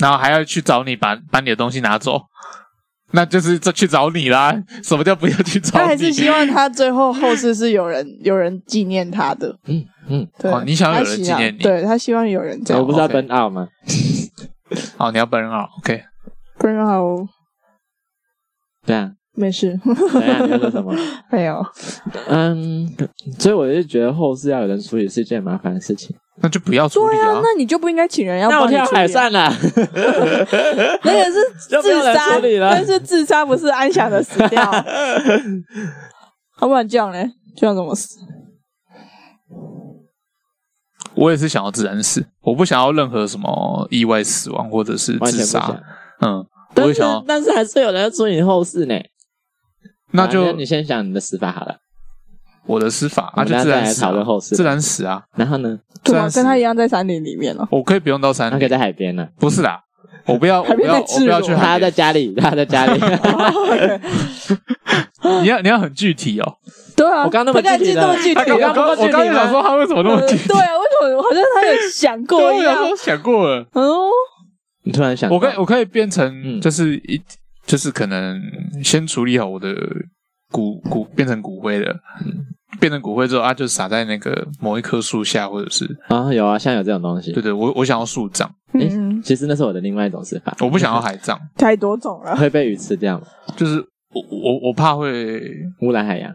B: 然后还要去找你把把你的东西拿走，那就是这去找你啦。 什么叫不要去找你？
A: 他还是希望他最后后世是有人 有人纪念他的。
C: 嗯嗯，
A: 对，
B: 哦你想要有人
A: 他希望
B: 纪念你
A: 对他希望有人这
C: 我
A: 样。
C: 不是
B: 哦
C: 要
B: OK
C: 奔奥吗？
B: 好，哦你要本人好，OK。
A: 不然好，
C: 对啊，
A: 没事，
C: 对啊，你要说什么？
A: 没有。
C: 嗯，所以我就觉得后事要有人处理是一件麻烦的事情。
B: 那就不要处理
A: 对
B: 啊
A: 啊，，那你就不应该请人要
C: 那我
A: 帮你
C: 跳
A: 处
C: 海
A: 理啊。
C: 算 了，
A: 那个是
C: 就不用
A: 自
C: 来
A: 杀
C: 处理，了
A: 但是自杀不是安详的死掉。 要不然这样嘞，这样怎么死？
B: 我也是想要自然死，我不想要任何什么意外死亡或者是
C: 完全
B: 自
C: 不
B: 杀
C: 想。。
B: 嗯，我
C: 但
B: 也
C: 是
B: 想要
C: 但是还是有人要处理后事呢。
B: 那
C: 啊
B: 就
C: 你先想你的死法好了，
B: 我的司法，
C: 我
B: 啊，
C: 们
B: 就
C: 等下
B: 自
C: 再
B: 然
C: 来
B: 死啊
C: 讨论后事
B: 自然死啊，
C: 然后呢，
B: 自
A: 对
B: 然
A: 啊，
B: 死
A: 跟他一样在山林里面哦了。
B: 我可以不用到山
C: 他可以
B: 里，
C: 在海边呢，
B: 不是啦，我不要，我
A: 还
B: 不
A: 没
B: 要，
A: 在
B: 我不要
A: 赤裸
B: 去海
C: 他在
B: 边。
C: 家 里，他在家里，
B: 你要你要很具体哦。
A: 对啊，
C: 我刚刚那么
A: 他
C: 具体
A: 这
C: 的
A: 么具体
B: 他刚
A: 啊，
B: 刚我刚刚想说他为什么那么具体啊
A: 对，啊啊，为什么好像他有想过一
B: 我
A: 样
B: 想？说想过了，
A: 嗯，
C: 你突然 想到，
B: 我可以我可以变成
C: 嗯
B: 就是一就是可能先处理好我的骨骨变成骨灰了，
C: 嗯
B: 变成骨灰之后啊，就撒在那个某一棵树下，或者是
C: 啊，有啊，现在有这种东西
B: 对。对，我我想要树葬，
C: 诶
A: 嗯，
C: 其实那是我的另外一种死法，
B: 我不想要海葬，
A: 太多种 了。
C: 会被鱼吃掉吗？
B: 就是我我我怕会
C: 污染海洋。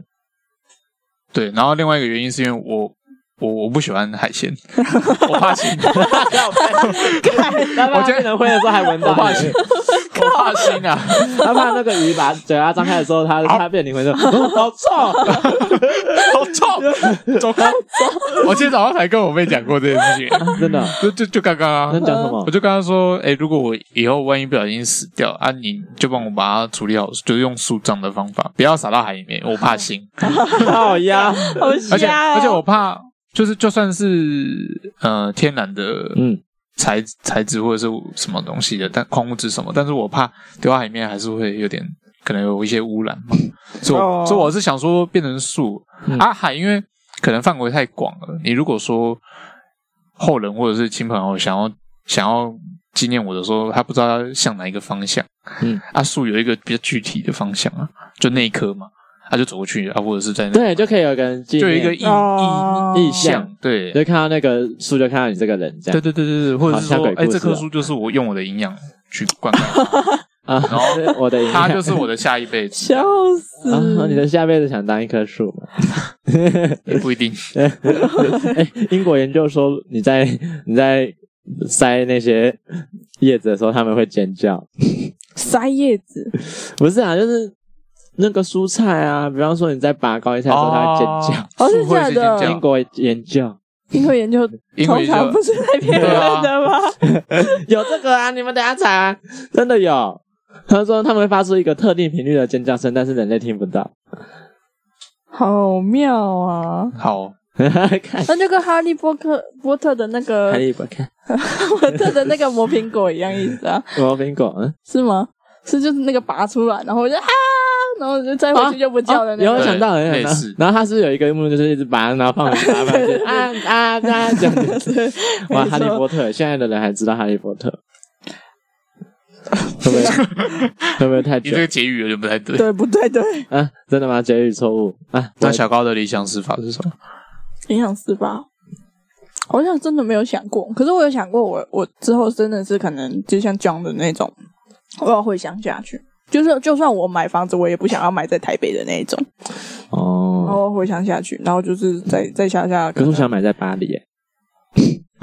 B: 对，然后另外一个原因是因为我。我我不喜欢海 鲜，我怕腥，啊
C: 我
B: 觉得
C: 人会的时候还闻到，
B: 我怕腥，我怕腥 啊！
C: 他怕那个鱼把嘴巴张开的时候， 它它变灵魂说嗯好臭，
B: 好臭，走开！我今天早上才跟我妹讲过这件事情，
C: 真的哦。
B: 就就就刚刚啊，
C: 那讲什 么
B: 我？就跟他说，哎、如果我以后万一不小心死掉啊，你就帮我把它处理好，就是用树葬的方法，不要撒到海里面，我怕腥，
C: 好呀，
A: 好
B: 而且、
A: 瞎哦！
B: 而且我怕就是就算是呃天然的
C: 嗯，
B: 材材质或者是什么东西的，但矿物质什么，但是我怕丢到海里面还是会有点可能有一些污染嘛，所以我、
A: 哦
B: 所以我是想说变成树、
C: 嗯
B: 啊海，因为可能范围太广了，你如果说后人或者是亲朋好友想要想要纪念我的时候，他不知道要向哪一个方向，
C: 嗯，
B: 啊树有一个比较具体的方向啊，就那一棵嘛，他、就走过去啊，或者是在那
C: 对，就可以有个人纪
B: 就有一
C: 念
B: 个意、
A: 哦
B: 意意
C: 象
B: 象，对
C: 就看到那个树，就看到你这个人这
B: 对
C: 样
B: 对对对对，或者是
C: 好像
B: 说
C: 鬼，故
B: 哎，
C: 事
B: 这棵
C: 啊
B: 树就是我用我的营养去灌 溉，
C: 啊。
B: 然后
C: 是 我的影
B: 它
C: 响
B: 就是我的下一辈子，
A: 笑死！
C: 啊，你的下辈子想当一棵树吗？
B: 也不一 定。
C: 哎，英国研究说你在你在塞那些叶子的时候，他们会尖叫。
A: 塞叶子，
C: 不是啊，就是那个蔬菜啊，比方说你在拔高丽菜的时候，它会尖叫。
A: 哦
B: 啊树会
A: 是
B: 尖
A: 假的
B: 叫，
C: 英国研究
A: 因为研究
B: 因
A: 通
B: 为
A: 常不
B: 就是
A: 在骗人的吗？
B: 啊
C: 有这个啊，你们等下查、啊，真的有。他说他们会发出一个特定频率的尖叫声，但是人类听不到。
A: 好妙啊！
B: 好，
C: 看，
A: 那就跟哈利波特波特的那个
C: 看一本看，
A: 波 特的那个磨苹果一样意思啊，
C: 我苹果，嗯，
A: 是吗？是就是那个拔出来，然后我就啊，然后我就再回去就不 叫的那
C: 哦有
A: 个。
B: 啊
C: 想到有
B: 对
C: 想
B: 类似
C: 到，然后他是有一个幕就是一直拔，然后 放回去，拔放回去，啊啊啊这样子。
A: 对
C: 哇，
A: 没错
C: 哈利波特，现在的人还知道哈利波特， 会不会会不会太
B: 你
C: 久
B: 这个结语有点不太对。
A: 对不对？对，
C: 啊？真的吗？结语错误啊？
B: 那小高的理想死法是什么？
A: 营养师吧。我好像真的没有想过，可是我有想过我，我之后真的是可能就像 John 的那种，我要回乡下去。就是就算我买房子，我也不想要买在台北的那一种，然
C: 哦，
A: 后回乡下去，然后就是在在乡下。
C: 嗯可是我想买在巴黎耶，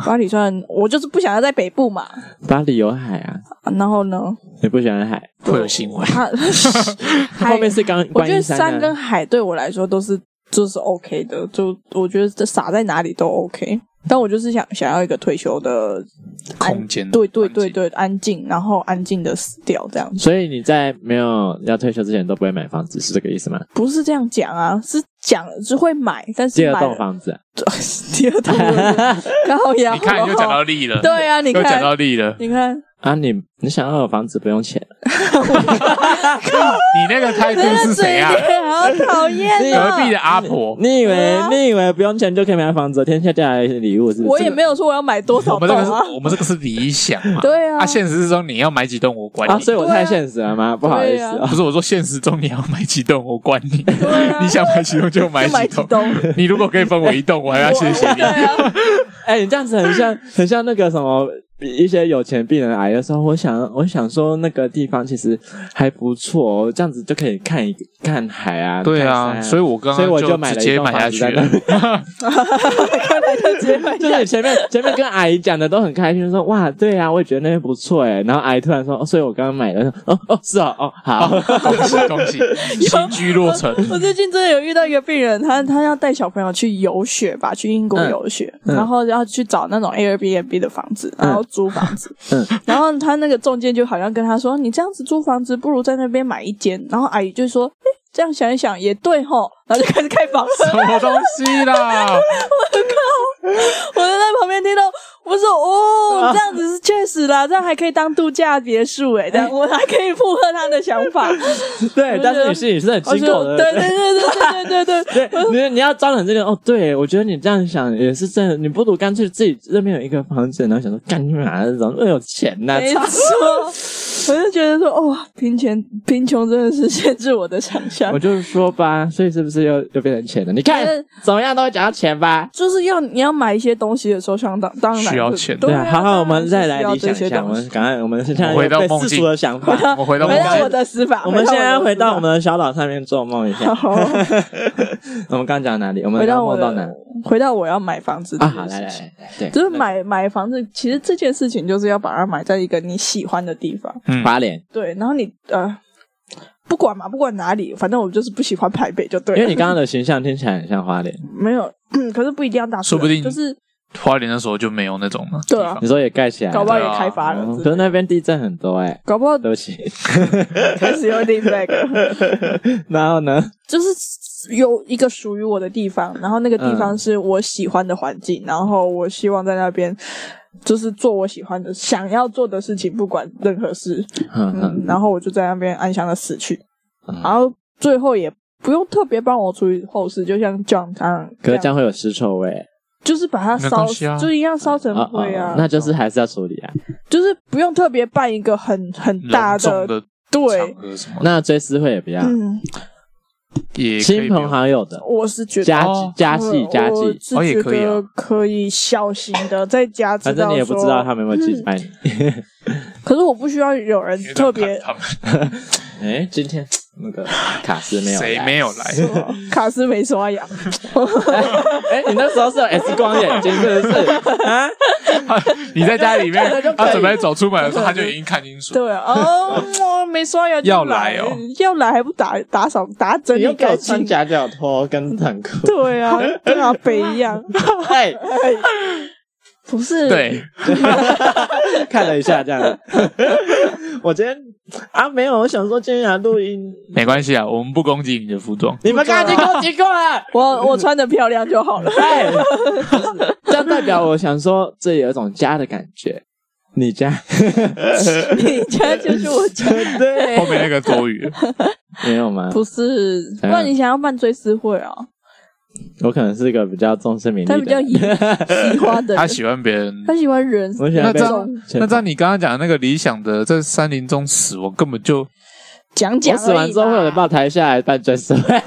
A: 巴黎算我就是不想要在北部嘛。
C: 巴黎有海啊，
A: 啊然后呢，
C: 你不喜欢海？
B: 会有行为？
A: 它
C: 后
A: 后
C: 面是刚
A: 我
C: 观
A: 觉得
C: 音
A: 山
C: 啊
A: 跟海对我来说都是就是 OK 的，就我觉得这撒在哪里都 OK。但我就是想想要一个退休的安
B: 空间
A: 对对对
B: 环境
A: 对，安静，然后安静的死掉这样子，
C: 所以你在没有要退休之前都不会买房子，是这个意思吗？
A: 不是这样讲啊，是讲了是会买，但
C: 第
A: 是
C: 二
A: 买
C: 栋
A: 了
C: 房子，啊
A: 第二栋房子，高压，
B: 你看又讲到利了，
A: 对啊，你
B: 又讲
A: 看
B: 到利了。
A: 你看，
C: 啊，你你想要有房子不用钱，
B: 你那个态度
A: 那
B: 是
A: 个
B: 谁
A: 嘴
B: 啊？
A: 脸好讨厌
B: 隔壁
A: 啊！
B: 的阿婆，
C: 哦你以
A: 对
C: 为、
A: 啊
C: 你以为不用钱就可以买房子？天下掉下来的礼物是不是？
A: 我也没有说我要买多
B: 我
A: 少
B: 们
A: 栋
B: 这个是
A: 啊，，
B: 我们这个是理想嘛？
A: 对啊
B: 啊，现实中你要买几栋我管
C: 啊，
B: 你，
C: 所以我太现实了吗？不 好意思
A: 对啊
C: 哦，
B: 不是我说现实中你要买几栋我管你，
A: 对啊
B: 你想买几栋就买
A: 就买几
B: 栋。
A: 栋，
B: 你如果可以分我一栋，我还要谢谢
A: 我
B: 你
A: 对。啊。
C: 哎、你这样子很 像很像那个什么一些有钱病人癌的时候，我想我想说那个地方其实还不错、哦，这样子就可以看一看海 啊。
B: 对啊，
C: 看山
B: 所以我刚
C: 所以
B: 刚
C: 我就买
B: 直
C: 了一
B: 接
C: 栋
B: 买下
C: 房子
B: 去
C: 在那
B: 了。
C: 边。
A: 看来就直接买
C: 就是前面 前面跟阿姨讲的都很开心，说哇，对啊，我也觉得那边不错哎。然后阿姨突然说，哦，所以我刚刚买了，哦哦，是哦，哦 好，
B: 恭喜恭喜，新居落 成。
A: 我最近真的有遇到一个病人，他他要带小朋友去游学吧，去英国游学，
C: 嗯嗯
A: 然后要去找那种 Airbnb 的房子，然后租房子。
C: 嗯
A: 然后他那个中介就好像跟他说：“你这样子租房子，不如在那边买一间。”然后阿姨就说：“哎、这样想一想也对吼，然后就开始开房 车。
B: 什么东西啦？
A: 我就在旁边听到，我说哦，这样子是确实啦，这样还可以当度假别墅哎、这样我还可以附和他的想 法。
C: 对，但是你心里是很
A: 我
C: 机构
A: 说
C: 的，
A: 哦对对对对对对对，
C: 对，你你要装很这个哦，对我觉得你这样想也是真的，你不如干脆自己那边有一个房子，然后想说干你哪这种，那有钱呐、
A: 没
C: 操
A: 错。我就觉得说，哇，贫穷贫穷真的是限制我的想象
C: 我。就是说吧，所以是不是又又变成钱了？你看
A: 嗯
C: 怎么样都会讲到钱吧。
A: 就是要你要买一些东西的时候，想当当然
B: 需要
A: 是
B: 钱
A: 对
C: 啊，好好，我们再来
A: 当
C: 理
A: 然是
C: 想
A: 需要这些
C: 一下，我
A: 东
C: 们
A: 西。
C: 赶快，我们现在
B: 回到
C: 被
B: 梦
C: 世
B: 境
C: 俗的想法，
B: 我回到
A: 回
B: 梦
A: 到我
B: 境，
A: 的死法，
C: 我们现在回到我
A: 们。
C: 们的小岛上面做梦一 下。
A: 好，
C: 我们刚讲哪里？我们
A: 回到
C: 刚
A: 我
C: 梦到哪
A: 的，回到我要买房子这
C: 啊？
A: 件
C: 好，来来
A: 事情
C: 来，对，
A: 就是买买房子，其实这件事情就是要把它买在一个你喜欢的地方，
B: 嗯，
C: 花莲，
A: 对。然后你呃，不管嘛，不管哪里，反正我就是不喜欢台北，就对
C: 因
A: 了。
C: 为你刚刚的形象听起来很像花莲，
A: 没有，嗯可是不一定要大自然，
B: 说不定
A: 就是
B: 花莲的时候就没有那种嘛。
A: 对啊
B: 地方
C: 你说也盖起来 了，
A: 搞不好也
B: 对啊
A: 开发了
C: 哦
A: 之类
C: 可是
A: 的，
C: 那边地震很多哎，
A: 搞不好
C: 对不起。
A: 开始有点 flag，
C: 然后呢？
A: 就是有一个属于我的地方，然后那个地方
C: 嗯
A: 是我喜欢的环境，然后我希望在那边就是做我喜欢的、想要做的事情，不管任何事。嗯，然后我就在那边安详的死去，
C: 嗯
A: 然后最后也不用特别帮我处理后事，就像 John 他样
C: 可是这样会有尸臭味哦
A: 就是把它
B: 没
A: 烧，
B: 关系啊
A: 就一样烧成灰啊，嗯
C: 那就是还是要处理啊。
A: 就是不用特别办一个很很大
B: 隆重的场
A: 对，
B: 合什么的，
C: 那追思会也不要，
A: 嗯，
B: 也可以
C: 亲
B: 不
C: 朋
B: 用
C: 好友的
A: 我是觉得
C: 家
B: 哦
C: 家系家
A: 我
C: 系，
A: 是
B: 哦也
A: 觉
B: 可以啊
A: 得可以小型的在家知
C: 反
A: 道
C: 正
A: 说，
C: 你也不知道他们有没有记拜你。
A: 可是我不需要有人特别
B: 他们
C: 哎，今天那个卡斯没有来，
B: 谁没有来？
A: 卡斯没刷牙，
C: 哎，你那时候是有 S 光眼睛是不是？ 啊，
B: 你在家里面
C: 看了就，可以
B: 他准备走出门的时候，他就已经看清楚。
A: 对啊，哦，我没刷牙就
B: 要
A: 来
B: 来哦，
A: 要来还不打打扫打整
C: 你
A: 理
C: 又给我
A: 干净
C: 穿，夹脚拖跟短裤，
A: 对 啊，跟阿北一样，
C: 哎，
A: 不是，
B: 对，
C: 看了一下这样。 我今天啊没有，我想说今天来录音，
B: 没关系啊，我们不攻击你的服装。
C: 你们刚刚已经给我提过了。。
A: 我我穿的漂亮就好 了
C: 哎， 这样代表我想说，这有一种家的感觉。你家
A: 你家就是我家，
C: 对
B: 后面那个多 余，
C: 没有吗？
A: 不是？不
C: 嗯
A: 然你想要办追思会啊？
C: 我可能是一个比较重视名利的
A: 他比较
C: 人，
A: 喜喜欢的人，
B: 他喜欢别人。
A: 他喜欢人，
C: 我喜欢
B: 那
C: 被
B: 这样
A: 种，
B: 那这样你刚刚讲的那个理想的在山林中死，我根本就
A: 讲
C: 我
A: 讲
C: 死
A: 而
C: 完
A: 已
C: 之后
A: 嘛
C: 会有人把我抬下来办追思会，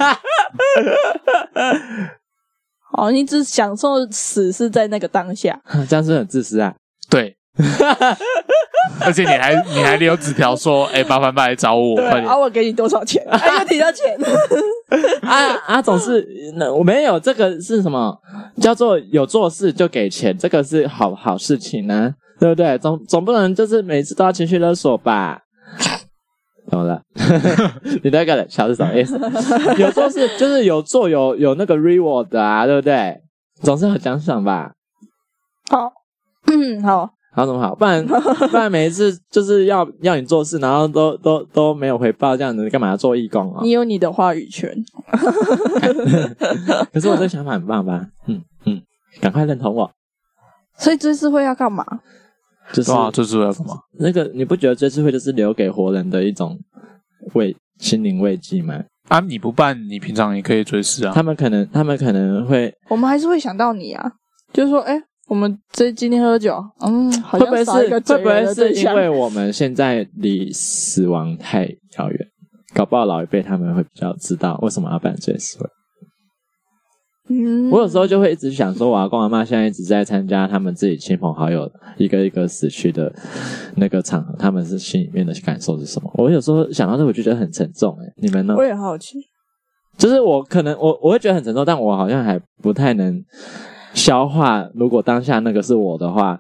A: 哦，你只享受死是在那个当下，
C: 这样是不是很自私啊！
B: 对。而且你还你还留纸条说，哎、麻烦爸来找我，快点
A: 然。啊后我给你多少 钱？哎，又提到钱，
C: 啊啊，总是那我没有这个是什么叫做有做事就给钱，这个是好好事情呢、对不对？总总不能就是每次都要情绪勒索吧？怎么了？ 你那个小是什么意思？有做事就是有做有有那个 reward 的啊，对不对？总是有奖赏吧？
A: 好，嗯，好，
C: 然后怎么好？不然 不然每一次就是要要你做事，然后都都都没有回报，这样子你干嘛要做义工啊
A: 你？有你的话语权，
C: 可是我这个想法很棒吧？嗯嗯，赶快认同我。
A: 所以追思会要干嘛？
C: 就是
B: 对啊，这是要干嘛？
C: 那个，你不觉得追思会就是留给活人的一种慰心灵慰藉吗？
B: 啊，你不办，你平常也可以追思啊
C: 他。们可能，他们可能会
A: 我们还是会想到你啊，就是说，哎，我们这今天喝酒，嗯，好
C: 会不会
A: 像
C: 是
A: 少一个
C: 会不会是因
A: 因
C: 为我们现在离死亡太遥远，搞不好老一辈他们会比较知道为什么要办追思会。
A: 嗯，
C: 我有时候就会一直想说，我阿公阿妈现在一直在参加他们自己亲朋好友一个一个死去的那个场合，他们是心里面的感受是什么？我有时候想到这，我就觉得很沉重、欸。你们呢？
A: 我也好奇，
C: 就是我可能我我会觉得很沉重，但我好像还不太能消化。如果当下那个是我的话，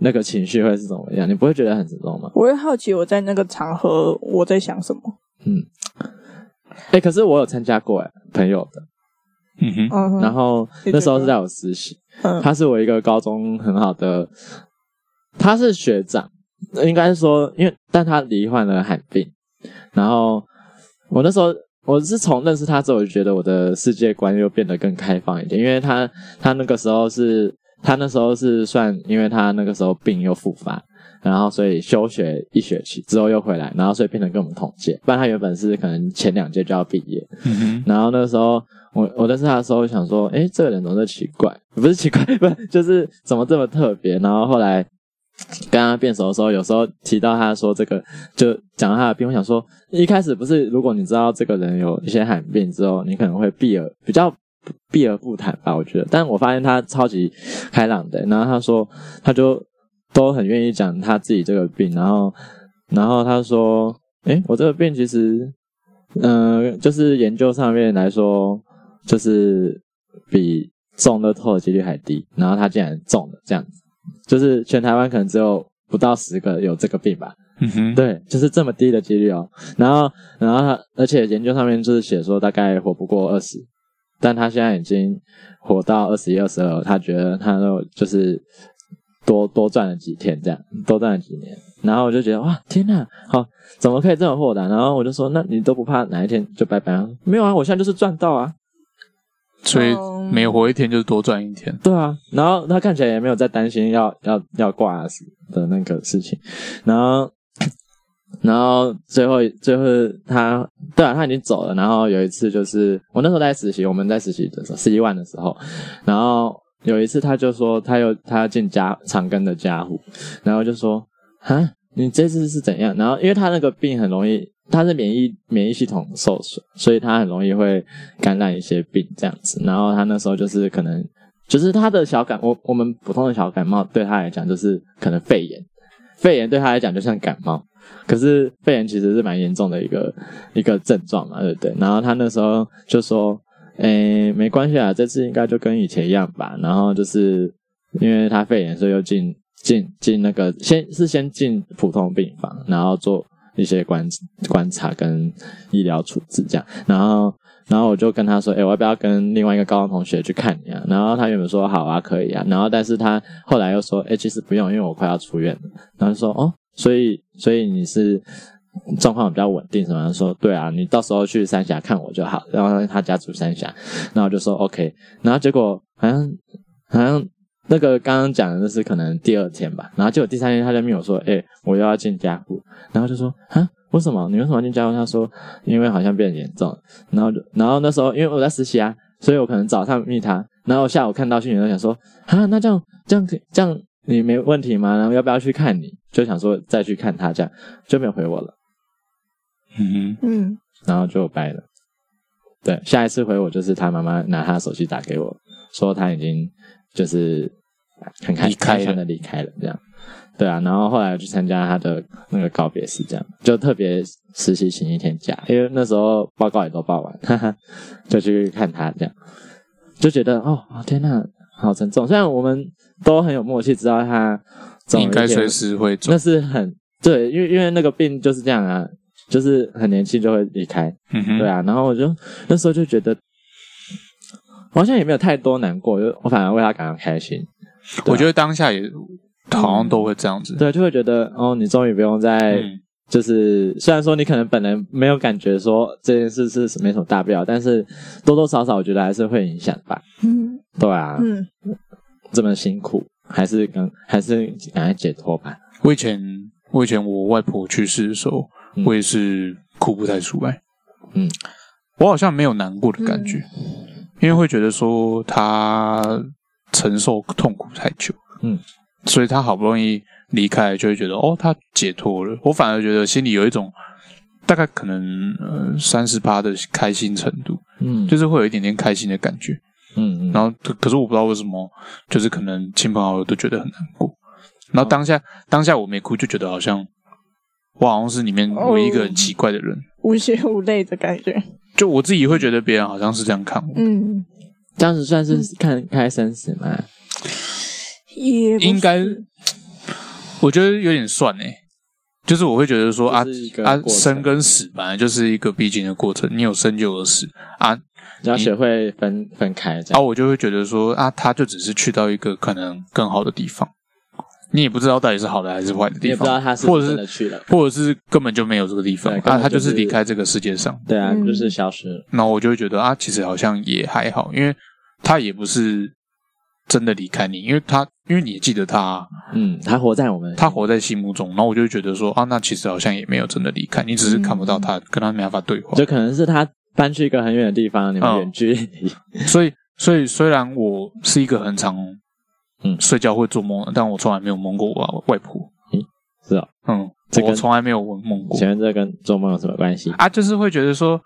C: 那个情绪会是怎么样？你不会觉得很沉重吗？
A: 我也好奇我在那个场合我在想什么。
C: 哎、可是我有参加过哎、朋友的，
B: 嗯哼，
A: 嗯哼，
C: 然后
A: 你觉得
C: 那时候是在我实习，
A: 嗯
C: 他是我一个高中很好的，他是学长，应该是说，因为但他罹患了罕病，然后我那时候我是从认识他之后，我就觉得我的世界观又变得更开放一点，因为他他那个时候是，他那时候是算，因为他那个时候病又复发，然后所以休学一学期之后又回来，然后所以变成跟我们同届，不然他原本是可能前两届就要毕业，
B: 嗯哼，
C: 然后那时候我我认识他的时候，我想说，哎，这个人怎么这么奇怪？ 不是奇怪，不是就是怎么这么特别？然后后来跟他变熟的时候，有时候提到他说这个，就讲到他的病，我想说，一开始不是，如果你知道这个人有一些罕病之后，你可能会避而比较。避而不谈吧，我觉得。但我发现他超级开朗的，然后他说，他就都很愿意讲他自己这个病，然后，然后他说，诶，我这个病其实嗯，就是研究上面来说，就是比中乐透的几率还低，然后他竟然中了，这样子，就是全台湾可能只有不到十个有这个病吧，
B: 嗯哼，
C: 对，就是这么低的几率哦。然后，然后他，而且研究上面就是写说大概活不过二十，但他现在已经活到二十一、二十二，他觉得他都就是多多赚了几天，这样多赚了几年。然后我就觉得哇，天呐，好、怎么可以这么豁达？然后我就说，那你都不怕哪一天就拜拜啊？没有啊，我现在就是赚到啊，
B: 所以
A: 嗯
B: 每活一天就是多赚一天。
C: 对啊，然后他看起来也没有在担心要要要挂死的那个事情，然后然后最后最后他对啊他已经走了，然后有一次就是我那时候在实习，我们在实习的时候十一万的时候，然后有一次他就说他又他要进家长庚的家户，然后就说啊你这次是怎样？然后因为他那个病很容易。他是免疫免疫系统受损，所以他很容易会感染一些病这样子。然后他那时候就是可能就是他的小感，我我们普通的小感冒对他来讲就是可能肺炎，肺炎对他来讲就像感冒，可是肺炎其实是蛮严重的一个一个症状嘛，对不对？然后他那时候就说，诶，没关系啊，这次应该就跟以前一样吧。然后就是因为他肺炎，所以又进进进那个先是先进普通病房，然后做一些观观察跟医疗处置这样。然后然后我就跟他说，哎、我要不要跟另外一个高中同学去看你啊？然后他原本说好啊，可以啊。然后但是他后来又说，哎、其实不用，因为我快要出院了。然后就说哦，所以所以你是状况比较稳定什么？他说对啊，你到时候去三峡看我就好。然后他家住三峡，然后我就说 OK。然后结果好像好像那个刚刚讲的就是可能第二天吧，然后结果第三天他就命我说，哎、我又要进加护，然后就说啊。为什么？你为什么要进加护？他说，因为好像变严重了。然后就，然后那时候因为我在实习啊，所以我可能早上密他，然后下午看到讯息就想说，啊，那这样这样这样你没问题吗？然后要不要去看你？就想说再去看他，这样就没有回我了，
B: 嗯
A: 嗯，
C: 然后就掰了。对，下一次回我就是他妈妈拿他手机打给我，说他已经就是很开
B: 离开了
C: 心的离开了，这样。对啊，然后后来我去参加他的那个告别式，这样就特别实习请一天假，因为那时候报告也都报完， 哈哈，就去看他这样。就觉得哦，天呐，好沉重。虽然我们都很有默契，知道他
B: 哼，
C: 总有
B: 应
C: 一
B: 该
C: 天
B: 随时会走
C: 那。是很对，因为因为那个病就是这样啊，就是很年轻就会离开，
B: 嗯哼，
C: 对啊。然后我就那时候就觉得，我好像也没有太多难过，就我反而为他感到开心。对啊
B: 我觉得当下也好像都会这样子。
C: 对，就会觉得哦，你终于不用再、
B: 嗯，
C: 就是虽然说你可能本人没有感觉说这件事是没什么大不了，但是多多少少我觉得还是会影响吧。
A: 嗯
C: 对啊，
A: 嗯，
C: 这么辛苦，还是赶还是赶快解脱吧。
B: 我以前我以前我外婆去世的时候，
C: 嗯
B: 我也是哭不太出来。
C: 嗯，
B: 我好像没有难过的感觉，因为会觉得说她承受痛苦太久。
C: 嗯，
B: 所以她好不容易离开，就会觉得哦，她解脱了。我反而觉得心里有一种。大概可能呃三十八的开心程度，
C: 嗯，
B: 就是是会有一点点开心的感觉。
C: 嗯嗯，
B: 然后可可是我不知道为什么，就是可能亲朋好友都觉得很难过。然后当下、当下我没哭，就觉得好像我好像是里面唯一一个很奇怪的人，
A: 无血无泪的感觉。
B: 就我自己会觉得别人好像是这样看我，
A: 嗯，
C: 这样子算是看开生死嘛？
A: 也不是
B: 应该我觉得有点算哎、就是我会觉得说啊
C: 就是一个
B: 啊，
C: 过程
B: 生跟死本来就是一个必经的过程，你有生就有死啊
C: 你要学会分分开这
B: 啊，
C: 样。
B: 我就会觉得说啊，他就只是去到一个可能更好的地方，你也不知道到底是好的还是坏的
C: 你
B: 地
C: 也不知道
B: 方，
C: 他是不
B: 或
C: 是
B: 者
C: 真的
B: 是
C: 去了。
B: 或者是根本就没有这个地方
C: 对，根
B: 啊，
C: 本
B: 他
C: 就
B: 就是是离开这个世界上。
C: 对啊，
A: 嗯
C: 就是消失了。
B: 然后我就会觉得啊，其实好像也还好，因为他也不是真的离开你，因为他因为你也记得他啊，
C: 嗯，他活在我们
B: 他活在心目中。然后我就会觉得说啊，那其实好像也没有真的离开，你只是看不到他，跟他没办法对话。
C: 就可能是他搬去一个很远的地方，你们
B: 嗯
C: 远距离。
B: 所以，所以虽然我是一个很常
C: 嗯
B: 睡觉会做梦，但我从来没有梦过我外婆。
C: 是哦，
B: 嗯，
C: 这跟
B: 我从来没有梦过
C: 请问这跟做梦有什么关系？
B: 啊，就是会觉得说。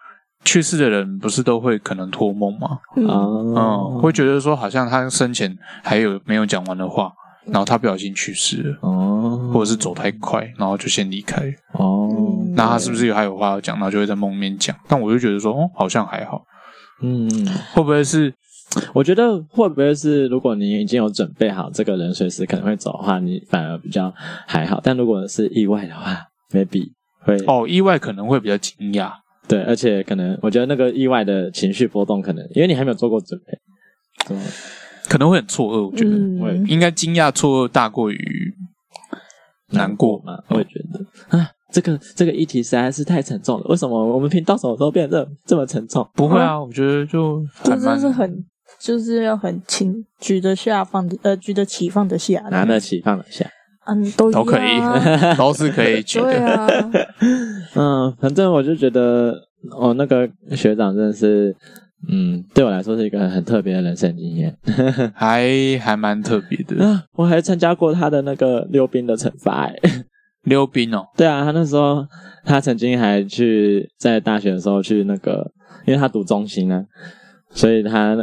B: 去世的人不是都会可能托梦吗？
A: 嗯，
B: 嗯，
C: 哦，
B: 会觉得说好像他生前还有没有讲完的话，然后他不小心去世了，
C: 哦，
B: 或者是走太快，然后就先离开。
C: 哦，
A: 嗯
B: 那他是不是有还有话要讲？然后就会在梦里面讲。但我就觉得说，哦，好像还好，
C: 嗯，
B: 会不会是
C: 我觉得会不会是，如果你已经有准备好这个人随时可能会走的话，你反而比较还好。但如果是意外的话，maybe 会
B: 哦意外可能会比较惊讶？
C: 对，而且可能我觉得那个意外的情绪波动，可能因为你还没有做过准备，怎么
B: 可能会很错愕，我觉得、
A: 嗯
C: 会
B: 应该惊讶错愕大过于难过。
C: 嘛？我也觉得嗯啊，这个这个议题实在是太沉重了。为什么我们频道什么时候变得这这么沉重？
B: 不会啊，我觉得就
A: 这
B: 还
A: 真
B: 蛮
A: 是很，就是要很轻，举得下放得呃，举得起放得下的，
C: 拿得起放得下。
A: 嗯，都一样
B: 都可
A: 啊
B: 以， 都是可以举
A: 对
B: 的。
A: 啊，
C: 嗯，反正我就觉得，哦，那个学长真的是，嗯，对我来说是一个很很特别的人生经验。
A: 啊
B: 还还蛮特别的。
C: 啊，我还参加过他的那个溜冰的惩罚、欸。
B: 溜冰哦，
C: 对啊，他那时候他曾经还去在大学的时候去那个，因为他读中心啊，所以他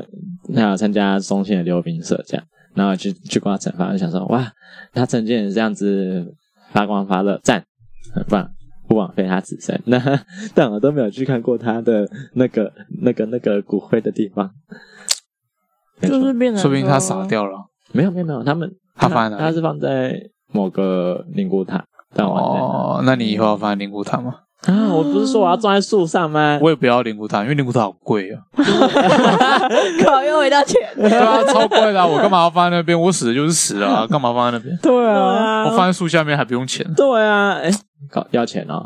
C: 他有参加中心的溜冰社这样，然后去去过他惩罚，就想说哇，他曾经也这样子发光发热，赞，很棒。不枉费他此生。 那但我都没有去看过他的那个、那个、那个骨灰的地方。
A: 就是变成
B: 说不定他傻
A: 说
B: 掉了。
C: 没有没有没有，他们
B: 他放在哪
C: 他
B: 里
C: 是放在某个灵骨塔，但我忘记在哪
B: 哦，那你以后要放在灵骨塔吗？
C: 啊，我不是说我要装在树上吗？
B: 我也不要灵骨塔，因为灵骨塔好贵 啊，
A: 靠，又回到钱。
B: 对啊，超贵的啊、我干嘛要放在那边？我死了就是死了啊，干嘛放在那 边？
A: 对
C: 对
A: 啊，
C: 啊，
B: 我放在树下面还不用钱，
C: 对啊，哎，搞要钱哦。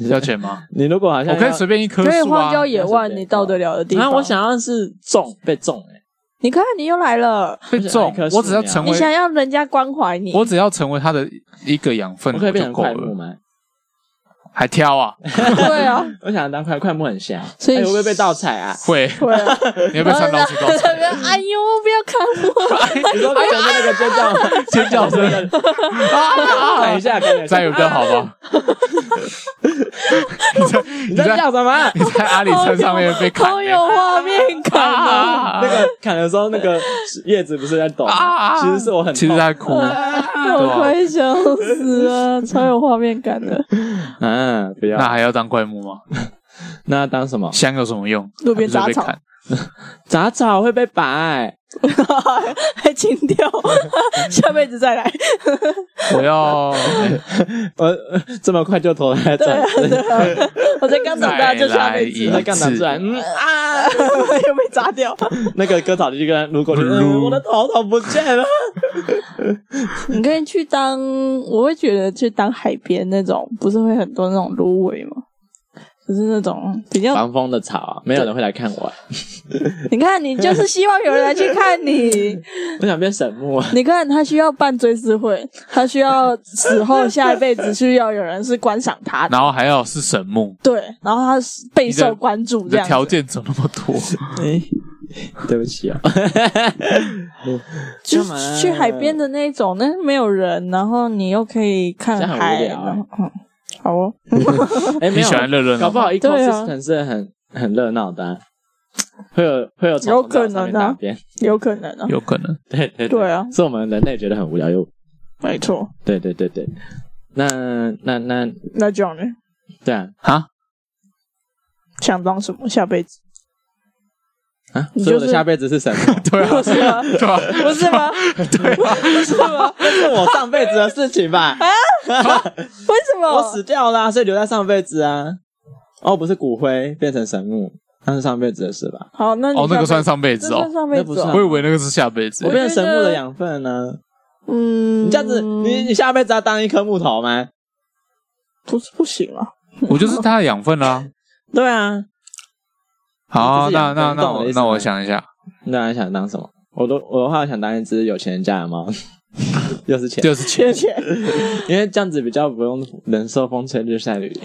B: 要钱吗？
C: 你如果好像
B: 我可以
C: 要
B: 随便一棵
A: 可以
B: 树
A: 荒
B: 啊。
A: 郊野外，你到得了的地
C: 啊，
A: 方。
C: 我，想要是种被种哎，
A: 你看你又来了，
B: 被种
C: 一棵，树
B: 我只要成
A: 你想
B: 为，
A: 要人家关怀你，
B: 我只要成为它的一个养分
C: 我可以
B: 嗯
C: 变
B: 就
C: 成
B: 够
C: 快木
B: 了。
C: 吗？
B: 还挑啊？
A: 对啊，
C: 我想当快快木很香，
A: 所以
C: 哎我会不会被盗 采啊？
B: 会，
A: 对 啊，
B: 你会被三刀出刀
A: 然后呢哎呦，不要看我，
C: 你说变成那个尖叫吗
B: 尖叫声
C: 啊，等一下，等一
B: 这样
C: 下，
B: 有比较好吧？你在
C: 你
B: 你
C: 在
B: 在
C: 叫什么？啊
B: 你在阿里山上面被砍
A: 好有画面感 啊！
B: 啊！
C: 那个砍的时候，那个叶子不是在抖吗？
B: 啊
C: 其实是我很
B: 其实
C: 痛
B: 在哭，嗯
A: 我
B: 啊
A: 快笑死了，超有画面感的。
C: 啊，不
B: 那
C: 要
B: 还要当怪木吗？
C: 那当什么
B: 香有什么用？
A: 路边杂
B: 还不
A: 草
B: 是被砍，
C: 杂草会被拔哎。
A: 还清掉，下辈子再 来。
B: 我要哎
C: 呃，这么快就投胎
A: 对
C: 转
A: 啊，
C: 世，
A: 对啊，我才刚长大就下辈子
B: 对
C: 那
A: 了
B: 再
C: 刚拿出来，嗯啊，
A: 又被砸掉。
C: 那个割草机跟如果就、
B: 噜
C: 嗯、我的头头不见了，
A: 你可以去当，我会觉得去当海边那种，不是会很多那种芦苇吗？就是那种比较，
C: 防风的草啊，没有人会来看我，
A: 你看你就是希望有人来去看 你。
C: 我想变神木啊，
A: 你看他需要办追思会，他需要死后下一辈子需要有人是观赏他的，
B: 然后还要是神木，
A: 对，然后他是备
B: 你
A: 受
B: 的
A: 关注
B: 你
A: 这
B: 的
A: 样
B: 条
A: 子。
B: 件怎么那么 多？
C: 哎，对不起 哦，
A: 就
C: 干嘛
A: 是去海边的那种，那没有人，然后你又可以看
C: 这样很
A: 海，
C: 无聊欸
A: 然后嗯，好哦，
C: 哎，
B: 你
C: 没有
B: 喜，欢热热闹闹？
C: 搞不好一 c o
A: 对
C: s
A: 啊
C: y s 是很很热闹的啊，会有会有
A: 有可能啊
C: 那 边，
A: 有可能啊，
B: 有可能。
C: 对对
A: 对，啊，
C: 是我们人类觉得很无聊又，
A: 没错，
C: 对对对对，那那那
A: 那这样呢？
C: 对啊
B: 啊，
A: 想当什么？下辈子
C: 啊，
A: 你
C: 所以
A: 就
C: 我的
A: 是
C: 下辈子是神 木，
B: 对啊，
A: 不是吗？
B: 对啊，
A: 不是 吗？
C: 啊
A: 不是吗？
C: 这是我上辈子的事情 吧？
A: 为什么？
C: 我死掉啦、所以留在上辈子啊。哦，不是骨灰变成神木，那是上辈子的事吧？
A: 好，那你
B: 哦，那个
A: 下辈
B: 算上辈
A: 这
B: 子
A: 算
B: 哦，
A: 上辈
C: 那不
A: 子
C: 是
A: 哦
C: 啊
B: 我以为那个是下辈子
C: 我
A: 我。觉得
C: 变成神木的养分呢、
A: 嗯，
C: 你这样子，你你下辈子要当一颗木头吗？
A: 不是不行啊。
B: 我就是它的养分啦。
C: 对啊，
B: 好，啊
C: 你就是
B: 那
C: 养分
B: 那那
C: 懂我
B: 我
C: 的意思
B: 那
C: 吗
B: 我想一下，
C: 那你想当什么？我都我的话想当一只有钱人家的猫， 又是钱，
B: 就是钱
A: 而且
C: 因为这样子比较不用忍受风吹日晒雨淋，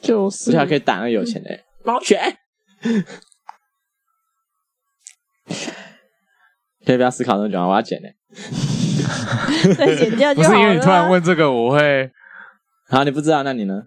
A: 就
C: 而
A: 是
C: 且啊还可以打那个有钱
A: 嗯
C: 的人猫犬。可以不要思考那么久啊吗，我要剪嘞。
A: 再剪掉
B: 不
A: 就好
B: 是
A: 了啊。
B: 因为你突然问这个，我会
C: 好，你不知道，那你呢？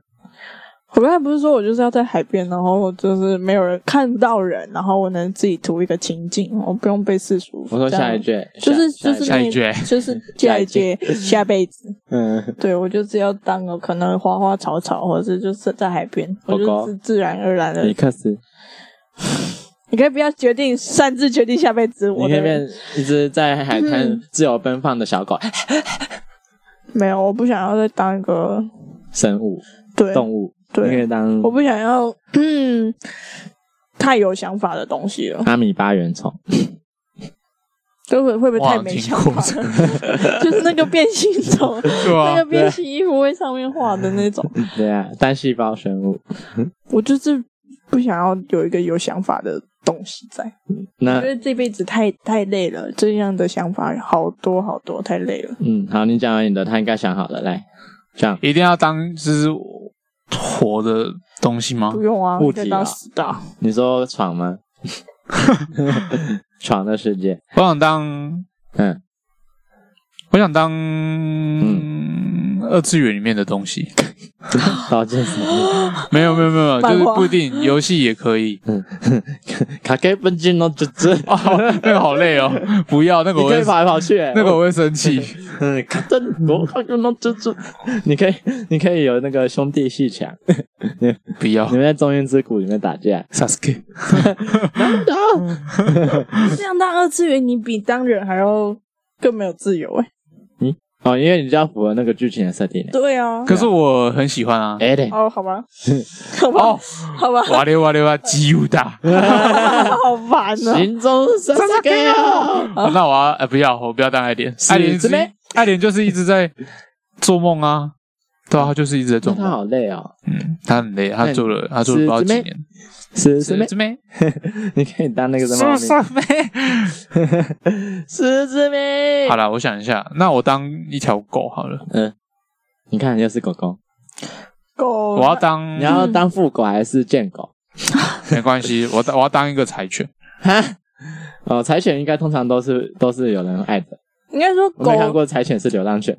A: 我刚才不是说我就是要在海边，然后我就是没有人看不到人，然后我能自己图一个情境，我不用被世俗。
C: 我说下一
A: 这样，
C: 句，
A: 啊就是
C: 下
A: 就是
B: 下一
A: 那
B: 句
A: 就是下一届下辈子。
C: 嗯，
A: 对我就是要当个可能花花草草，或者是就是在海边，我
C: 狗
A: 就
C: 狗
A: 是自然而然的。
C: 尼克斯，
A: 你可以不要决定擅自决定下辈子
C: 你
A: 我
C: 可以
A: 的嗯
C: 变一只在海滩自由奔放的小狗，
A: 没有，我不想要再当一个
C: 生物、
A: 对，
C: 动物，
A: 对
C: 你可以当
A: 我不想要 嗯太有想法的东西了，
C: 阿米巴原 虫。
A: 就会会不会
B: 我
A: 太
B: 好像
A: 没
B: 听
A: 想
B: 过
A: 法？
B: 这个，
A: 就是那个变性虫，
B: 对
A: 那
B: 啊
A: 个，变性衣服会上面画的那种，
C: 对啊，单细胞生物。
A: 我就是不想要有一个有想法的东西在，
C: 那
A: 因为这辈子太太累了，这样的想法好多好多，太累了。
C: 嗯，好，你讲完你的，他应该想好了，来，这样
B: 一定要当就是活的东西吗
A: 不？用啊，
C: 物
A: 我
C: 体啊
A: 可以当死的，
C: 你说 闯吗？闯的世界，
B: 我想当，
C: 嗯，
B: 我想当二次元里面的东西。
C: 刀剑神域，
B: 没有没有没有，就
A: 漫
B: 是
A: 画
B: 不一定，游戏也可 以。
C: 卡给本金哦，这这，
B: 哦，那个好累哦，不要那个
C: 你
B: 我
C: 可以
B: 会
C: 跑来跑去，欸
B: 那个我，会生气。
C: 嗯，卡顿罗卡顿哦，这这，你可以，你可以有那个兄弟戏 墙，
B: 不要
C: 你们在中原之谷里面打架，
B: Sasuke，
A: 嗯这样当二次元你比当人还要更没有自由哎、
C: 哦，因为你就要符合那个剧情的设定。
A: 对啊，
B: 可是我很喜欢啊。
C: 哎，对，
A: 哦，好吧，好吧，
B: 哦，
A: 好 吧，
B: 哇溜哇溜哇，基武大。
A: 好烦啊！
C: 行踪三三给啊，
B: 哦那我要呃不要，我不要当爱莲。爱莲是
C: 是呗
B: 爱莲就是一直在做梦啊，对啊，他就是一直在做
C: 那他
B: 梦。
C: 好累哦，
B: 嗯，他很累，他做了他做了不
C: 是
B: 知道几
C: 姊妹
B: 年。
C: 是是妹
B: 是，姊妹，
C: 你可以当那个什么
B: 是姊妹。
C: 十字 妹
B: 好，了，我想一下，那我当一条狗好了，
C: 嗯，你看又是狗狗，
A: 狗，
B: 我要当
C: 你要当副狗还是贱狗？
B: 没关系，我当我要当一个柴犬。
C: 哈，哦，柴犬应该通常都是都是有人爱的，
A: 应该说
C: 我没看
A: 狗
C: 过柴犬是流浪犬，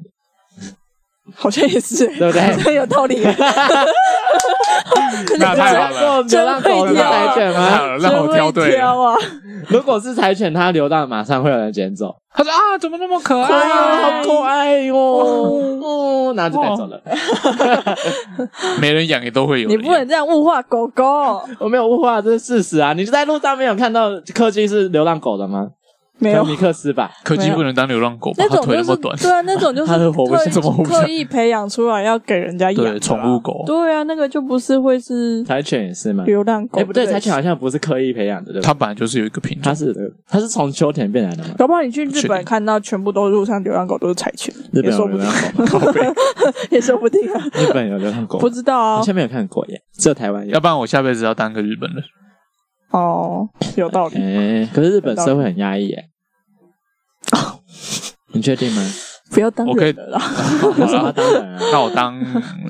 A: 好像也是、
C: 对不对
A: 好像有道 理、啊
B: 那太好了，
C: 流浪狗是柴犬
B: 太好
C: 吗？
B: 了，让我挑
A: 真会
B: 对了。
A: 挑啊！
C: 如果是柴犬，它流浪马上会有人捡走，
B: 他说啊，怎么那么可
C: 哎
B: 爱
C: 呀，好
B: 啊？
C: 可爱哟，哦，然后就带走了。
B: 没人养也都会有
A: 你
B: 人养。
A: 不能啊这样物化狗狗，
C: 我没有物化，这是事实啊！你就在路上没有看到柯基是流浪狗的吗？
A: 没有
C: 可能尼克斯吧？
B: 柯基不能当流浪狗吧
A: 那？
B: 它
A: 种
B: 腿
A: 就
B: 那么
A: 是
B: 短。
A: 对啊，那种 就是
C: 它是活不下
A: 刻
C: 去
A: 意
B: 怎么活不下去
A: 刻意培养出来要给人家养的
B: 对，
A: 啊
B: 宠物。狗，
A: 对啊，那个就不是会是
C: 柴犬也是吗？
A: 流浪狗。
C: 哎，不对，柴犬好像不是刻意培养的，对吧？
B: 它本来就是有一个品种
C: 它。是它是从秋田变来 的吗？
A: 搞不好你去日本看到全部都路上流浪狗都是柴犬，
C: 日
A: 也
C: 本有
A: 说不
C: 流
A: 定
C: 浪，狗吗？
A: 也说不定啊，
C: 日本有流浪狗吗，
A: 不知道啊
C: 好。像没有看过耶，只有台湾有
B: 要。不然我下辈子要当个日本人。
A: 哦，有道理。
C: 哎，可是日本社会很压抑 耶。你确定吗？
A: 不要当
B: 我可以
A: 人了啦，
B: 好
C: 啊，
B: 啦，
C: 当然啊。
B: 那我当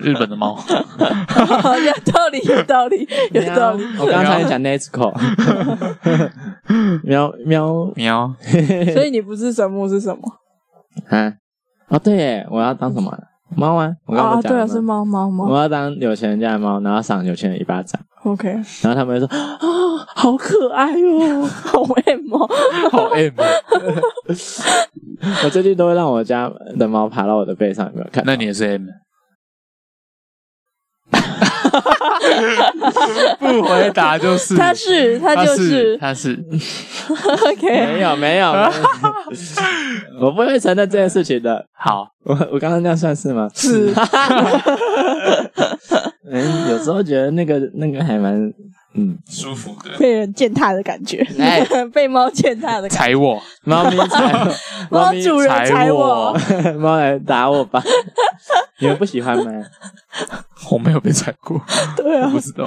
B: 日本的猫。
A: 有道理，有道理，有道理。
C: 啊我刚才讲 E Nesco，喵喵
B: 喵，
A: 啊所以你不是神木是什么？
C: 啊！哦，对耶，我要当什么？猫啊！我刚
A: 啊，
C: 刚讲
A: 对啊，
C: 了
A: 是
C: 吗。
A: 猫猫
C: 我
A: 猫。
C: 要当有钱人家的猫，然后赏有钱人一巴掌，
A: OK，
C: 然后他们会说 啊，好可爱哦！
A: 好 M 哦，
B: 好 M 哦。
C: 我最近都会让我家的猫爬到我的背上，有没有看 到？
B: 那你也是 M。不回答就是，
A: 他是他
B: 他
A: 就是
B: 他是
A: OK，
C: 没有没有，没 有我不会承认这件事情的。
B: 好，
C: 我我刚刚那样算是吗？哎
A: 是
C: 嗯，有时候觉得那个那个还蛮嗯，
B: 舒服的。
A: 被人践踏的感觉，
C: 哎
A: 被猫践踏 的感
B: 踩我，
C: 猫咪 踩，猫
A: 猫
C: 咪
A: 主人踩我，
C: 猫来打我吧！ 你们不喜欢吗？
B: 我没有被踩过，
A: 觉， 对
B: 我
A: 啊
B: 不，知道，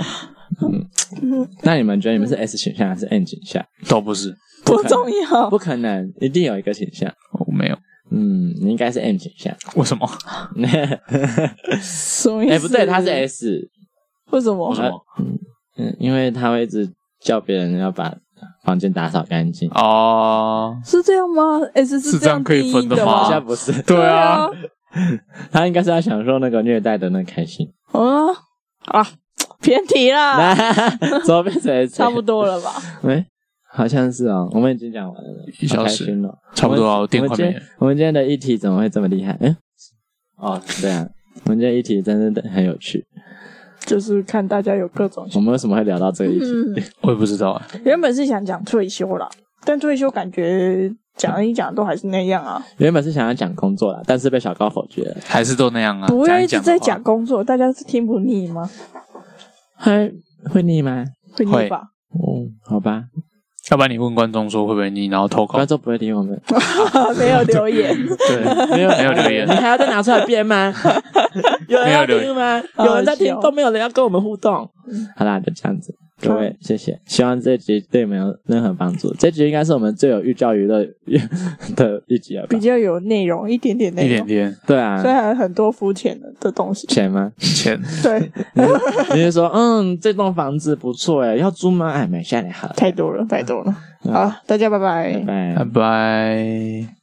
C: 那你们觉得你们是 S 倾向还是 N 倾向？
B: 都不是，
A: 多重要，
C: 不可能，一定有一个倾向。
B: 我没有。
C: 嗯，你应该是 M 倾向。
B: 为什么？
A: 什么意思？
C: 哎，不对，他是 S。
A: 为什么
B: 为？什么？
C: 嗯，因为他会一直叫别人要把房间打扫干净。
B: 哦，
A: 是这样吗？S 是
B: 是这样可以
A: 定义
B: 分的吗
C: 好
A: 吗？
C: 像不是，
B: 对啊
A: 啊，，
C: 他应该是要享受那个虐待的那个开心。
A: 啊啊，偏题 啦，
C: 怎么变成 S？
A: 差不多了吧？
C: 哎，好像是哦，我们已经讲完了，
B: 一小时
C: 好开心哦，
B: 差不多啊，我
C: 我
B: 电
C: 们
B: 快
C: 今
B: 没
C: 天
B: 了。
C: 我们今天的议题怎么会这么厉害？嗯，哦，对啊，我们今天议题真的很有趣。
A: 就是看大家有各种。
C: 我们为什么会聊到这 个议题？
A: 嗯，
B: 我也不知道啊。
A: 原本是想讲退休啦，但退休感觉讲一讲都还是那样啊，
C: 原本是想要讲工作啦，但是被小高否决了，
B: 还是都那样啊。
A: 不要
B: 讲
A: 一直
B: 讲
A: 在
B: 的话
A: 讲工作，大家是听不腻吗？
C: 还会腻吗？
A: 会
B: 会
A: 腻吧？
C: 哦，好吧，
B: 要不然你问观众说会不会你然后投稿
C: 观？众不会理我们，
A: 啊没有留 言，
B: 啊对，
C: 没有
B: 没有留言
C: 你还要再拿出来编 吗？有人要
B: 没有留言
C: 听吗？
A: 好
C: 有人在听
A: 笑
C: 都没有人要跟我们互动。好啦，就这样子，各位谢谢，希望这集对你们有任何帮助。这集应该是我们最有寓教于乐的一集了 吧
A: 比？较有内容，一点点
B: 一
A: 内
B: 点
A: 容，
B: 点
C: 对啊
A: 虽，然很多肤嗯浅的的东西。
C: 钱吗？
B: 钱，
A: 对，
C: 你就说，嗯，这栋房子不错哎，要租吗？哎，买下来好了，
A: 嗯太多了，太多了。好，大家拜拜
C: 拜。
B: 拜
C: 拜
B: 拜。